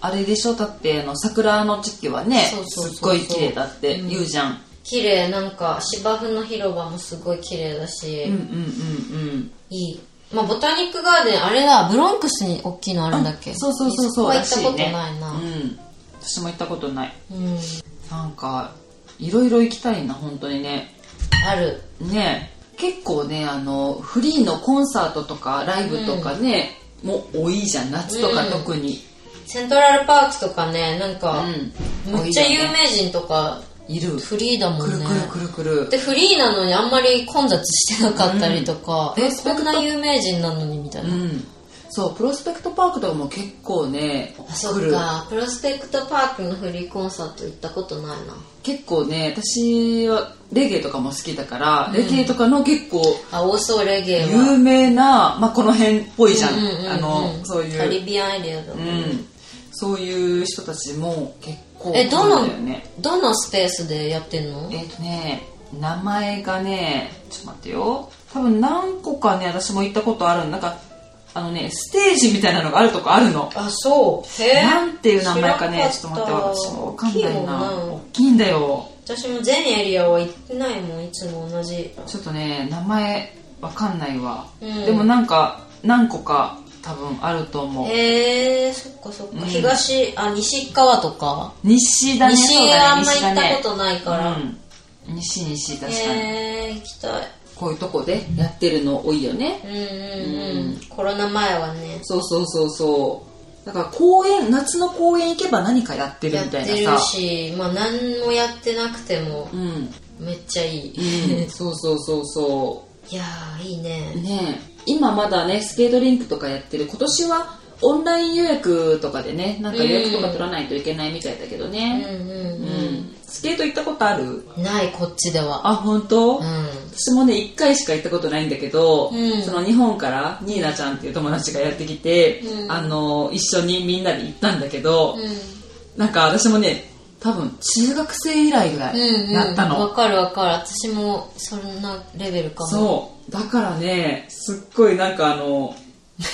[SPEAKER 1] あれでしょだってあの桜の時期はね
[SPEAKER 2] そうそうそうそう
[SPEAKER 1] すっごい綺麗だって言うじゃん、
[SPEAKER 2] 綺麗なんか芝生の広場もすごい綺麗だし、
[SPEAKER 1] うん、うんうんうん
[SPEAKER 2] いいまあボタニックガーデンあれだブロンクスに大きいのあるんだっけ
[SPEAKER 1] そうそうそうそう
[SPEAKER 2] こは行った
[SPEAKER 1] ら
[SPEAKER 2] こ
[SPEAKER 1] し
[SPEAKER 2] と
[SPEAKER 1] ね
[SPEAKER 2] ないな、
[SPEAKER 1] うん私も行ったことない
[SPEAKER 2] うん、
[SPEAKER 1] なんかいろいろ行きたいな本当にね
[SPEAKER 2] ある
[SPEAKER 1] ね結構ねあのフリーのコンサートとかライブとかね、もう多いじゃん夏とか特に、
[SPEAKER 2] セントラルパークとかねなん
[SPEAKER 1] う
[SPEAKER 2] か、
[SPEAKER 1] ん
[SPEAKER 2] むっちゃ
[SPEAKER 1] 多いよ
[SPEAKER 2] 有
[SPEAKER 1] ね
[SPEAKER 2] 名人とか
[SPEAKER 1] いる
[SPEAKER 2] フリーだも
[SPEAKER 1] く
[SPEAKER 2] ん
[SPEAKER 1] る
[SPEAKER 2] ね
[SPEAKER 1] くるくるくる
[SPEAKER 2] でフリーなのにあんまり混雑してなかったりとか、
[SPEAKER 1] うん
[SPEAKER 2] えこんな有名人なのにみたいな、
[SPEAKER 1] うんそうプロスペクトパークとかも結構ね
[SPEAKER 2] あそ
[SPEAKER 1] 来
[SPEAKER 2] っ
[SPEAKER 1] る
[SPEAKER 2] かプロスペクトパークのフリーコンサート行ったことないな
[SPEAKER 1] 結構ね私はレゲエとかも好きだから、レゲエとかの結構
[SPEAKER 2] あ多そうレゲエは
[SPEAKER 1] 有名な、まあ、この辺っぽいじゃん,、
[SPEAKER 2] うんうんうんうん
[SPEAKER 1] あのそうい
[SPEAKER 2] カ
[SPEAKER 1] う
[SPEAKER 2] リビアンエリアだも
[SPEAKER 1] うん
[SPEAKER 2] ね、
[SPEAKER 1] ん、そういう人たちも結構
[SPEAKER 2] えど
[SPEAKER 1] 来
[SPEAKER 2] の
[SPEAKER 1] るんだよね
[SPEAKER 2] どのスペースでやってんの
[SPEAKER 1] えっ、とね名前がねちょっと待ってよ多分何個かね私も行ったことあるなんかあのねステージみたいなのがあるとこあるの
[SPEAKER 2] あそうへえ
[SPEAKER 1] なんていう名前かねちょっと待って私もわ
[SPEAKER 2] 大
[SPEAKER 1] かん
[SPEAKER 2] きい
[SPEAKER 1] な
[SPEAKER 2] も
[SPEAKER 1] い
[SPEAKER 2] ん
[SPEAKER 1] な
[SPEAKER 2] な
[SPEAKER 1] 大きいんだよ
[SPEAKER 2] 私も全エリアは行ってないもんいつも同じ
[SPEAKER 1] ちょっとね名前わかんないわ、
[SPEAKER 2] うん
[SPEAKER 1] でもなんか何個か多分あると思う
[SPEAKER 2] へえそっかそっか、
[SPEAKER 1] うん
[SPEAKER 2] 東あ西側とか
[SPEAKER 1] 西だね
[SPEAKER 2] 西
[SPEAKER 1] そう
[SPEAKER 2] は
[SPEAKER 1] だ
[SPEAKER 2] あ
[SPEAKER 1] ね
[SPEAKER 2] んま
[SPEAKER 1] 西だ
[SPEAKER 2] 行っ
[SPEAKER 1] ね
[SPEAKER 2] たことないから、
[SPEAKER 1] うん、西西確かに、
[SPEAKER 2] へえ行きたい
[SPEAKER 1] こういうとこでやってるの多いよね
[SPEAKER 2] うんうんうん、コロナ前はね
[SPEAKER 1] そうそうそうそうだから公園夏の公園行けば何かやってる
[SPEAKER 2] やっ
[SPEAKER 1] み
[SPEAKER 2] て
[SPEAKER 1] たい
[SPEAKER 2] る
[SPEAKER 1] なさ
[SPEAKER 2] しまあ何もやってなくても
[SPEAKER 1] うん、
[SPEAKER 2] めっちゃいい、
[SPEAKER 1] うん、そうそうそうそ
[SPEAKER 2] いやーいいうね
[SPEAKER 1] ねえ今まだねスケートリンクとかやってる今年はオンライン予約とかでねなんか予約とか取らないといけないみたいだけど
[SPEAKER 2] うん
[SPEAKER 1] ね、
[SPEAKER 2] う
[SPEAKER 1] うんん
[SPEAKER 2] うん、
[SPEAKER 1] スケート行ったことある
[SPEAKER 2] ないこっちでは
[SPEAKER 1] あ本当、
[SPEAKER 2] う
[SPEAKER 1] 私もね1回しか行ったことないんだけど、
[SPEAKER 2] うん
[SPEAKER 1] その日本からニーナちゃんっていう友達がやってきて、
[SPEAKER 2] うん
[SPEAKER 1] あの一緒にみんなで行ったんだけど、
[SPEAKER 2] んうん
[SPEAKER 1] なんか私もね多分中学生以来ぐら
[SPEAKER 2] うんう
[SPEAKER 1] い
[SPEAKER 2] ん、
[SPEAKER 1] やったの、
[SPEAKER 2] わかるわかる私もそんなレベルかも
[SPEAKER 1] そうだからねすっごいなんかあの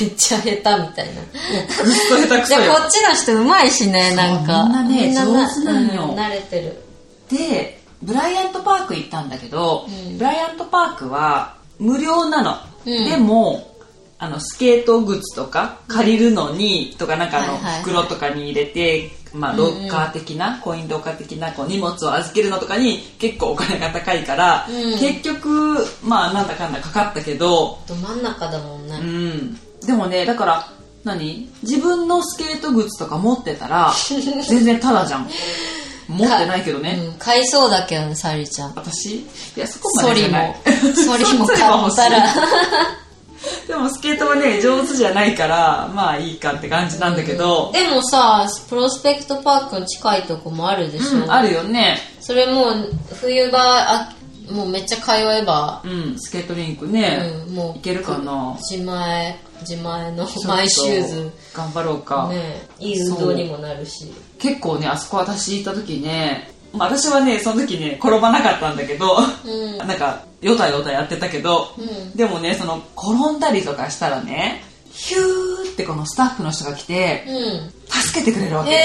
[SPEAKER 2] めっちゃ下手みたいな
[SPEAKER 1] ぐっそ下手く
[SPEAKER 2] じ
[SPEAKER 1] そ
[SPEAKER 2] ゃあ
[SPEAKER 1] よ
[SPEAKER 2] こっちの人うまいしねなん
[SPEAKER 1] そう
[SPEAKER 2] か
[SPEAKER 1] みんなね
[SPEAKER 2] な
[SPEAKER 1] 上手なんよ
[SPEAKER 2] うん慣れてる
[SPEAKER 1] でブライアントパーク行ったんだけど、
[SPEAKER 2] うん
[SPEAKER 1] ブライアントパークは無料なの、
[SPEAKER 2] うん
[SPEAKER 1] でもあのスケート靴とか借りるのにとかなんかあの
[SPEAKER 2] はいはいはい
[SPEAKER 1] 袋とかに入れて、まあ、ロッカー的な、コインロッカー的なこう荷物を預けるのとかに結構お金が高いから、
[SPEAKER 2] うん
[SPEAKER 1] 結局まあなんだかんだかかったけど、
[SPEAKER 2] ど真ん中だもんね、
[SPEAKER 1] うん、でもねだから何自分のスケート靴とか持ってた ら全然タダじゃん持ってないけどね、
[SPEAKER 2] うん、買いそうだけどねサリちゃん
[SPEAKER 1] 私いやそこ
[SPEAKER 2] ソ
[SPEAKER 1] までじ
[SPEAKER 2] リ
[SPEAKER 1] ゃない
[SPEAKER 2] も ソリも買ったら
[SPEAKER 1] でもスケートはね上手じゃないからまあいいかって感じなんだけど、
[SPEAKER 2] でもさプロスペクトパークに近いとこもあるでし
[SPEAKER 1] う
[SPEAKER 2] ょ、
[SPEAKER 1] んあるよね、
[SPEAKER 2] それもう冬場あもうめっちゃ通えば、
[SPEAKER 1] うん、スケートリンクね、
[SPEAKER 2] うん、もう
[SPEAKER 1] いけるかな
[SPEAKER 2] 自前自前のマイシューズ
[SPEAKER 1] ちょっと頑張ろうか、
[SPEAKER 2] ねいい運動にもなるし
[SPEAKER 1] 結構ねあそこ私行った時ね、まあ、私はねその時ね転ばなかったんだけど、
[SPEAKER 2] うん
[SPEAKER 1] なんかよたよたやってたけど、
[SPEAKER 2] うん
[SPEAKER 1] でもねその転んだりとかしたらねヒューってこのスタッフの人が来て
[SPEAKER 2] う
[SPEAKER 1] 助けてくれるわ
[SPEAKER 2] ん
[SPEAKER 1] け、
[SPEAKER 2] へえ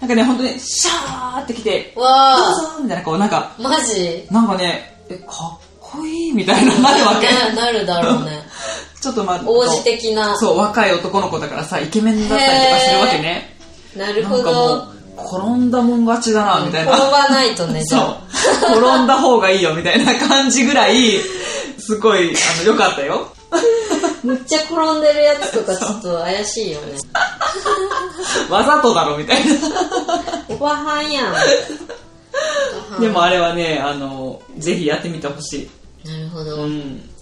[SPEAKER 1] なんかね本当にシャーって来て
[SPEAKER 2] わ
[SPEAKER 1] どう
[SPEAKER 2] あ
[SPEAKER 1] ぞみたいなこうなんか
[SPEAKER 2] マジ
[SPEAKER 1] なんかねえかっこいいみたいななるわけ
[SPEAKER 2] ねなるだろうね
[SPEAKER 1] ちょっとまあ
[SPEAKER 2] 王子的な
[SPEAKER 1] そう若い男の子だからさイケメンだったりとかするわけね
[SPEAKER 2] なる
[SPEAKER 1] な
[SPEAKER 2] ほ
[SPEAKER 1] んか
[SPEAKER 2] ど
[SPEAKER 1] もう転んだもん勝ちだなみたい
[SPEAKER 2] 転
[SPEAKER 1] な、
[SPEAKER 2] ばないとねじ
[SPEAKER 1] そう
[SPEAKER 2] ゃあ
[SPEAKER 1] 転んだ方がいいよみたいな感じぐらいすごいあの良かったよ
[SPEAKER 2] むっちゃ転んでるやつとかちょっと怪しいよね
[SPEAKER 1] わざとだろみたい
[SPEAKER 2] おばは んやん
[SPEAKER 1] なでもあれはねあのぜひやってみてほしい、
[SPEAKER 2] なるほど、
[SPEAKER 1] うん、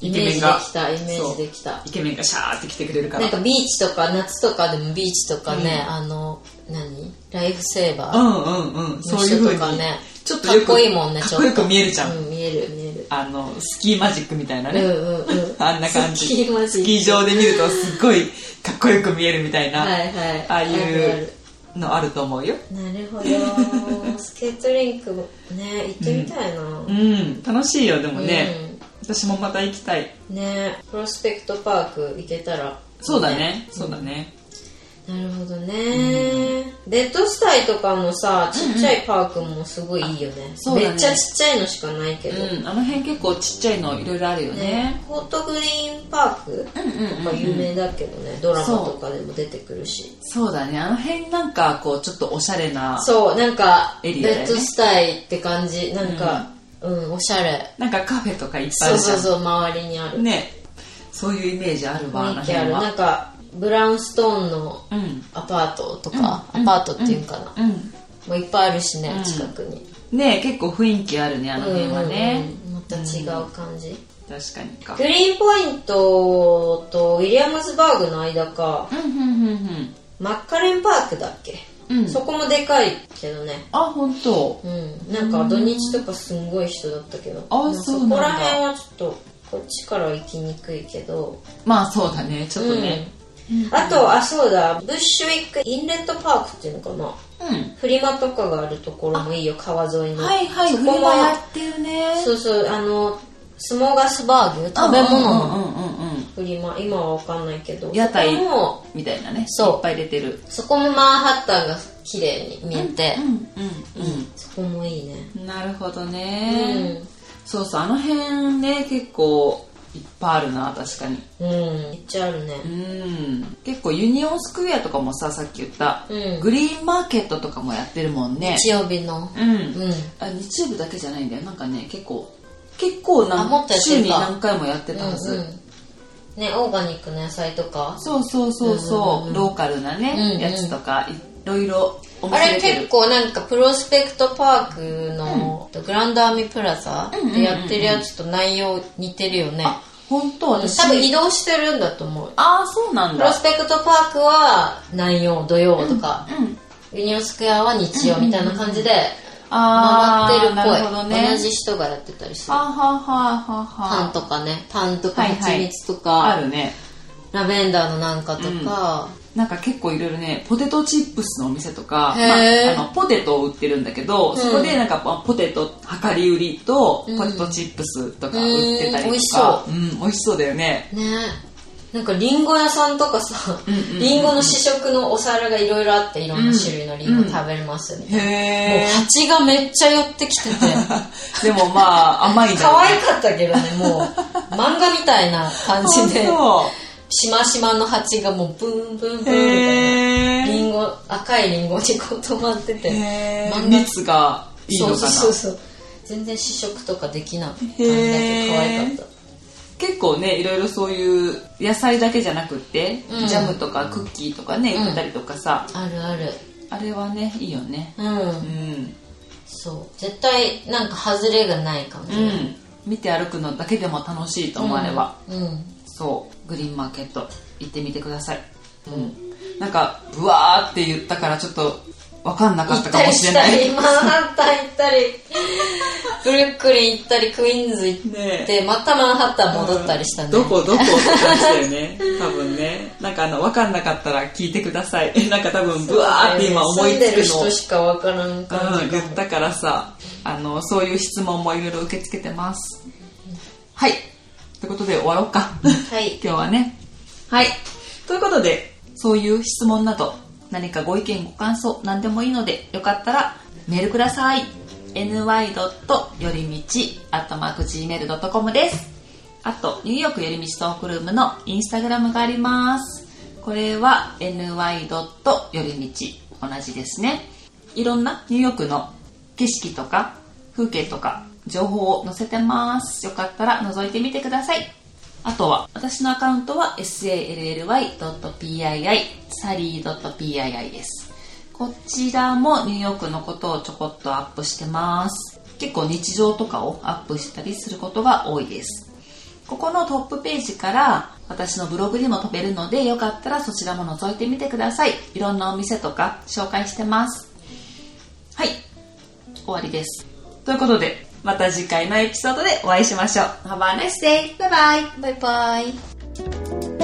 [SPEAKER 2] イ
[SPEAKER 1] イ
[SPEAKER 2] メ
[SPEAKER 1] ケ
[SPEAKER 2] ー
[SPEAKER 1] メ
[SPEAKER 2] ジ
[SPEAKER 1] ン
[SPEAKER 2] で
[SPEAKER 1] が
[SPEAKER 2] きたイメージできた
[SPEAKER 1] イケメンがシャーって来てくれるから
[SPEAKER 2] なんかビーチとか夏とかでもビーチとかね、あの何ライフセーバー
[SPEAKER 1] うんうんうんそういう風
[SPEAKER 2] の人と
[SPEAKER 1] に
[SPEAKER 2] かね
[SPEAKER 1] ちょっとよく
[SPEAKER 2] かっこいいもんね
[SPEAKER 1] か
[SPEAKER 2] ち
[SPEAKER 1] っ
[SPEAKER 2] ょ
[SPEAKER 1] こ
[SPEAKER 2] っ
[SPEAKER 1] よ
[SPEAKER 2] と
[SPEAKER 1] く見えるじゃん、
[SPEAKER 2] うん、見える見える
[SPEAKER 1] あのスキーマジックみたいなね、
[SPEAKER 2] うんうんうん
[SPEAKER 1] あんな感 じ
[SPEAKER 2] スキーマジック
[SPEAKER 1] スキー場で見るとすっごいかっこよく見えるみたいな、
[SPEAKER 2] はいはい
[SPEAKER 1] ああい
[SPEAKER 2] ある
[SPEAKER 1] うのあると思うよ
[SPEAKER 2] あるなるほどスケートリンクもね行ってみたいな、
[SPEAKER 1] うん楽しいよでもね、
[SPEAKER 2] うん
[SPEAKER 1] 私もまた行きたい
[SPEAKER 2] ねプロスペクトパーク行けたら
[SPEAKER 1] そうだねそうだね、
[SPEAKER 2] なるほどね、デッドスタイとかのさちっちゃいパークもすごいいいよね,、
[SPEAKER 1] そうだね
[SPEAKER 2] めっちゃちっちゃいのしかないけど、
[SPEAKER 1] うんあの辺結構ちっちゃいのいろいろあるよ
[SPEAKER 2] ね
[SPEAKER 1] ね、
[SPEAKER 2] ホートグリーンパークとか有名だけどね、ドラマとかでも出てくるし
[SPEAKER 1] そうだねあの辺なんかこうちょっとおしゃれな
[SPEAKER 2] そうなんかベ
[SPEAKER 1] エリアだよ
[SPEAKER 2] ッ
[SPEAKER 1] ね
[SPEAKER 2] ドスタイって感じなんか、うんおしゃれ
[SPEAKER 1] なんかカフェとかいっぱいあ
[SPEAKER 2] そう
[SPEAKER 1] るじゃん
[SPEAKER 2] そうそう周りにある
[SPEAKER 1] ねそういうイメージあるわあの
[SPEAKER 2] 雰囲気
[SPEAKER 1] 辺
[SPEAKER 2] あるな
[SPEAKER 1] は
[SPEAKER 2] んかブラウンストーンの
[SPEAKER 1] うん
[SPEAKER 2] アパートとか、アパートっていうんかな、
[SPEAKER 1] う
[SPEAKER 2] もういっぱいあるしね、
[SPEAKER 1] うん
[SPEAKER 2] 近くに
[SPEAKER 1] んね結構雰囲気あるねあの辺はね、
[SPEAKER 2] うんうんうんまた違う感じ、
[SPEAKER 1] 確かにか
[SPEAKER 2] グリーンポイントとウィリアムズバーグの間か
[SPEAKER 1] うんうんうん
[SPEAKER 2] マッカレンパークだっけ、
[SPEAKER 1] うんうん
[SPEAKER 2] そこもでかいけどね
[SPEAKER 1] あ本当
[SPEAKER 2] うん、なんか土日とかすんごい人だったけど
[SPEAKER 1] あ
[SPEAKER 2] ま
[SPEAKER 1] そうなん
[SPEAKER 2] こ
[SPEAKER 1] だ
[SPEAKER 2] ら辺はちょっとこっちからは行きにくいけど
[SPEAKER 1] まあそうだねちょっとね
[SPEAKER 2] うんあとあそうだブッシュウィックインレットパークっていうのかな
[SPEAKER 1] うん、
[SPEAKER 2] フリマとかがあるところもいいよ川沿いの
[SPEAKER 1] はいはい
[SPEAKER 2] そ
[SPEAKER 1] フ
[SPEAKER 2] こ
[SPEAKER 1] リ
[SPEAKER 2] も
[SPEAKER 1] マやってるね
[SPEAKER 2] そうそうあのスモーガスバーグ食べ物の
[SPEAKER 1] うんうんうんうん
[SPEAKER 2] フリマ今は分かんないけど
[SPEAKER 1] 屋台
[SPEAKER 2] そこも
[SPEAKER 1] みたいなね
[SPEAKER 2] そう
[SPEAKER 1] いっぱい出てる
[SPEAKER 2] そこもマンハッタンが綺麗に見えて、
[SPEAKER 1] うんうん
[SPEAKER 2] そこもいいね、
[SPEAKER 1] うんなるほど
[SPEAKER 2] う
[SPEAKER 1] ね、
[SPEAKER 2] ん
[SPEAKER 1] そうそうあの辺ね結構いっぱいあるな確かに
[SPEAKER 2] うんめっちゃあるね
[SPEAKER 1] うん結構ユニオンスクエアとかもささっき言った、
[SPEAKER 2] うん
[SPEAKER 1] グリーンマーケットとかもやってるもんね
[SPEAKER 2] 日曜日の
[SPEAKER 1] うん、
[SPEAKER 2] うん
[SPEAKER 1] あ日曜日だけじゃないんだよなんかね結構結構
[SPEAKER 2] あも
[SPEAKER 1] な
[SPEAKER 2] っとやってた
[SPEAKER 1] 週に何回もやってたはず、
[SPEAKER 2] うんうん、ねオーガニックの野菜とか
[SPEAKER 1] そうそうそうそう,、ローカルなね、
[SPEAKER 2] うんうん
[SPEAKER 1] やつとかいろいろお
[SPEAKER 2] あ
[SPEAKER 1] 店
[SPEAKER 2] れ
[SPEAKER 1] 出て
[SPEAKER 2] 結
[SPEAKER 1] る
[SPEAKER 2] 構なんかプロスペクトパークの、グランドアーミープラザでやってるやつと内容似てるよね、
[SPEAKER 1] 本当私
[SPEAKER 2] 多分移動してるんだと思う
[SPEAKER 1] ああそうなん
[SPEAKER 2] プロ
[SPEAKER 1] だ
[SPEAKER 2] スペクトパークは南曜土曜とか、
[SPEAKER 1] うん
[SPEAKER 2] ユニオンスクエアは日曜みたいな感じで
[SPEAKER 1] あ
[SPEAKER 2] 回ってる
[SPEAKER 1] ー
[SPEAKER 2] っぽい
[SPEAKER 1] なるほどね
[SPEAKER 2] 同じ人がやってたりする
[SPEAKER 1] はあはあはあはあ
[SPEAKER 2] パン
[SPEAKER 1] は
[SPEAKER 2] とかねパンとか
[SPEAKER 1] はいはい
[SPEAKER 2] 蜂蜜とか、
[SPEAKER 1] ああるね
[SPEAKER 2] ラベンダーのなんかとか、
[SPEAKER 1] なんか結構いろいろねポテトチップスのお店とか、ま
[SPEAKER 2] へー
[SPEAKER 1] あ、あのポテトを売ってるんだけど、そこでなんかまあポテト量り売りと
[SPEAKER 2] うん
[SPEAKER 1] ポテトチップスとか売ってたりとか、、
[SPEAKER 2] うん美味しそう
[SPEAKER 1] ん、美味しそうだよね
[SPEAKER 2] ねなんかリンゴ屋さんとかさ、
[SPEAKER 1] んうん
[SPEAKER 2] リンゴの試食のお皿がいろいろあっていろんな種類のリンゴ食べれますみたい
[SPEAKER 1] へ
[SPEAKER 2] な、も
[SPEAKER 1] え
[SPEAKER 2] う蜂がめっちゃ寄ってきてて
[SPEAKER 1] でもまあ甘いんだ
[SPEAKER 2] 可
[SPEAKER 1] よ
[SPEAKER 2] 愛
[SPEAKER 1] ね
[SPEAKER 2] かったけどねもう漫画みたいな感じで
[SPEAKER 1] そ
[SPEAKER 2] しましまの蜂がもうブンブ
[SPEAKER 1] う
[SPEAKER 2] ンブンみたいな
[SPEAKER 1] へ
[SPEAKER 2] リ
[SPEAKER 1] え
[SPEAKER 2] ンゴ赤いリンゴにこう止まってて漫画
[SPEAKER 1] 蜜がいいの
[SPEAKER 2] そ
[SPEAKER 1] か
[SPEAKER 2] う
[SPEAKER 1] な
[SPEAKER 2] そうそうそう全然試食とかできなかったんだけど
[SPEAKER 1] へー
[SPEAKER 2] 可愛かった
[SPEAKER 1] 結構ねいろいろそういう野菜だけじゃなくって、
[SPEAKER 2] うん
[SPEAKER 1] ジャムとかクッキーとかね
[SPEAKER 2] うん
[SPEAKER 1] 売ってたりとかさ、
[SPEAKER 2] あるある
[SPEAKER 1] あれはねいいよね
[SPEAKER 2] うん
[SPEAKER 1] うん
[SPEAKER 2] そう絶対なんか外れがない感じ、
[SPEAKER 1] うん、見て歩くのだけでも楽しいと思われば、
[SPEAKER 2] うん、
[SPEAKER 1] そうグリーンマーケット行ってみてください、うん、なんかブワーって言ったからちょっと分かんなかっ
[SPEAKER 2] 行ったた
[SPEAKER 1] かも
[SPEAKER 2] り
[SPEAKER 1] し
[SPEAKER 2] し
[SPEAKER 1] れ
[SPEAKER 2] た
[SPEAKER 1] ない
[SPEAKER 2] りマンハッタン行ったりブルックリン行ったりクイーンズ行
[SPEAKER 1] ね
[SPEAKER 2] っ
[SPEAKER 1] え
[SPEAKER 2] てまたマンハッタン戻ったりしたね、
[SPEAKER 1] どこどこって感じだよ ね多分ねなんかあの分かんなかったら聞いてくださ いなんか多分ブワーって今思い
[SPEAKER 2] 住んでる
[SPEAKER 1] つくのを
[SPEAKER 2] 人しかわからん感
[SPEAKER 1] う
[SPEAKER 2] じ
[SPEAKER 1] ん、
[SPEAKER 2] か
[SPEAKER 1] 言ったからさあのそういう質問もいろいろ受け付けてますはいということで終わろうか
[SPEAKER 2] はい
[SPEAKER 1] 今日はねはいということでそういう質問など何かご意見ご感想何でもいいのでよかったらメールください ny. よりみち .gmail.com ですあとニューヨークよりみちトークルームのインスタグラムがありますこれは ny. よりみち同じですねいろんなニューヨークの景色とか風景とか情報を載せてますよかったら覗いてみてくださいあとは、私のアカウントは sally.pii、sally.pii です。こちらもニューヨークのことをちょこっとアップしてます。結構日常とかをアップしたりすることが多いです。ここのトップページから私のブログにも飛べるので、よかったらそちらも覗いてみてください。いろんなお店とか紹介してます。はい、終わりです。ということで、また次回のエピソードでお会いしましょう。Have a nice day! バイバイ
[SPEAKER 2] バイバイ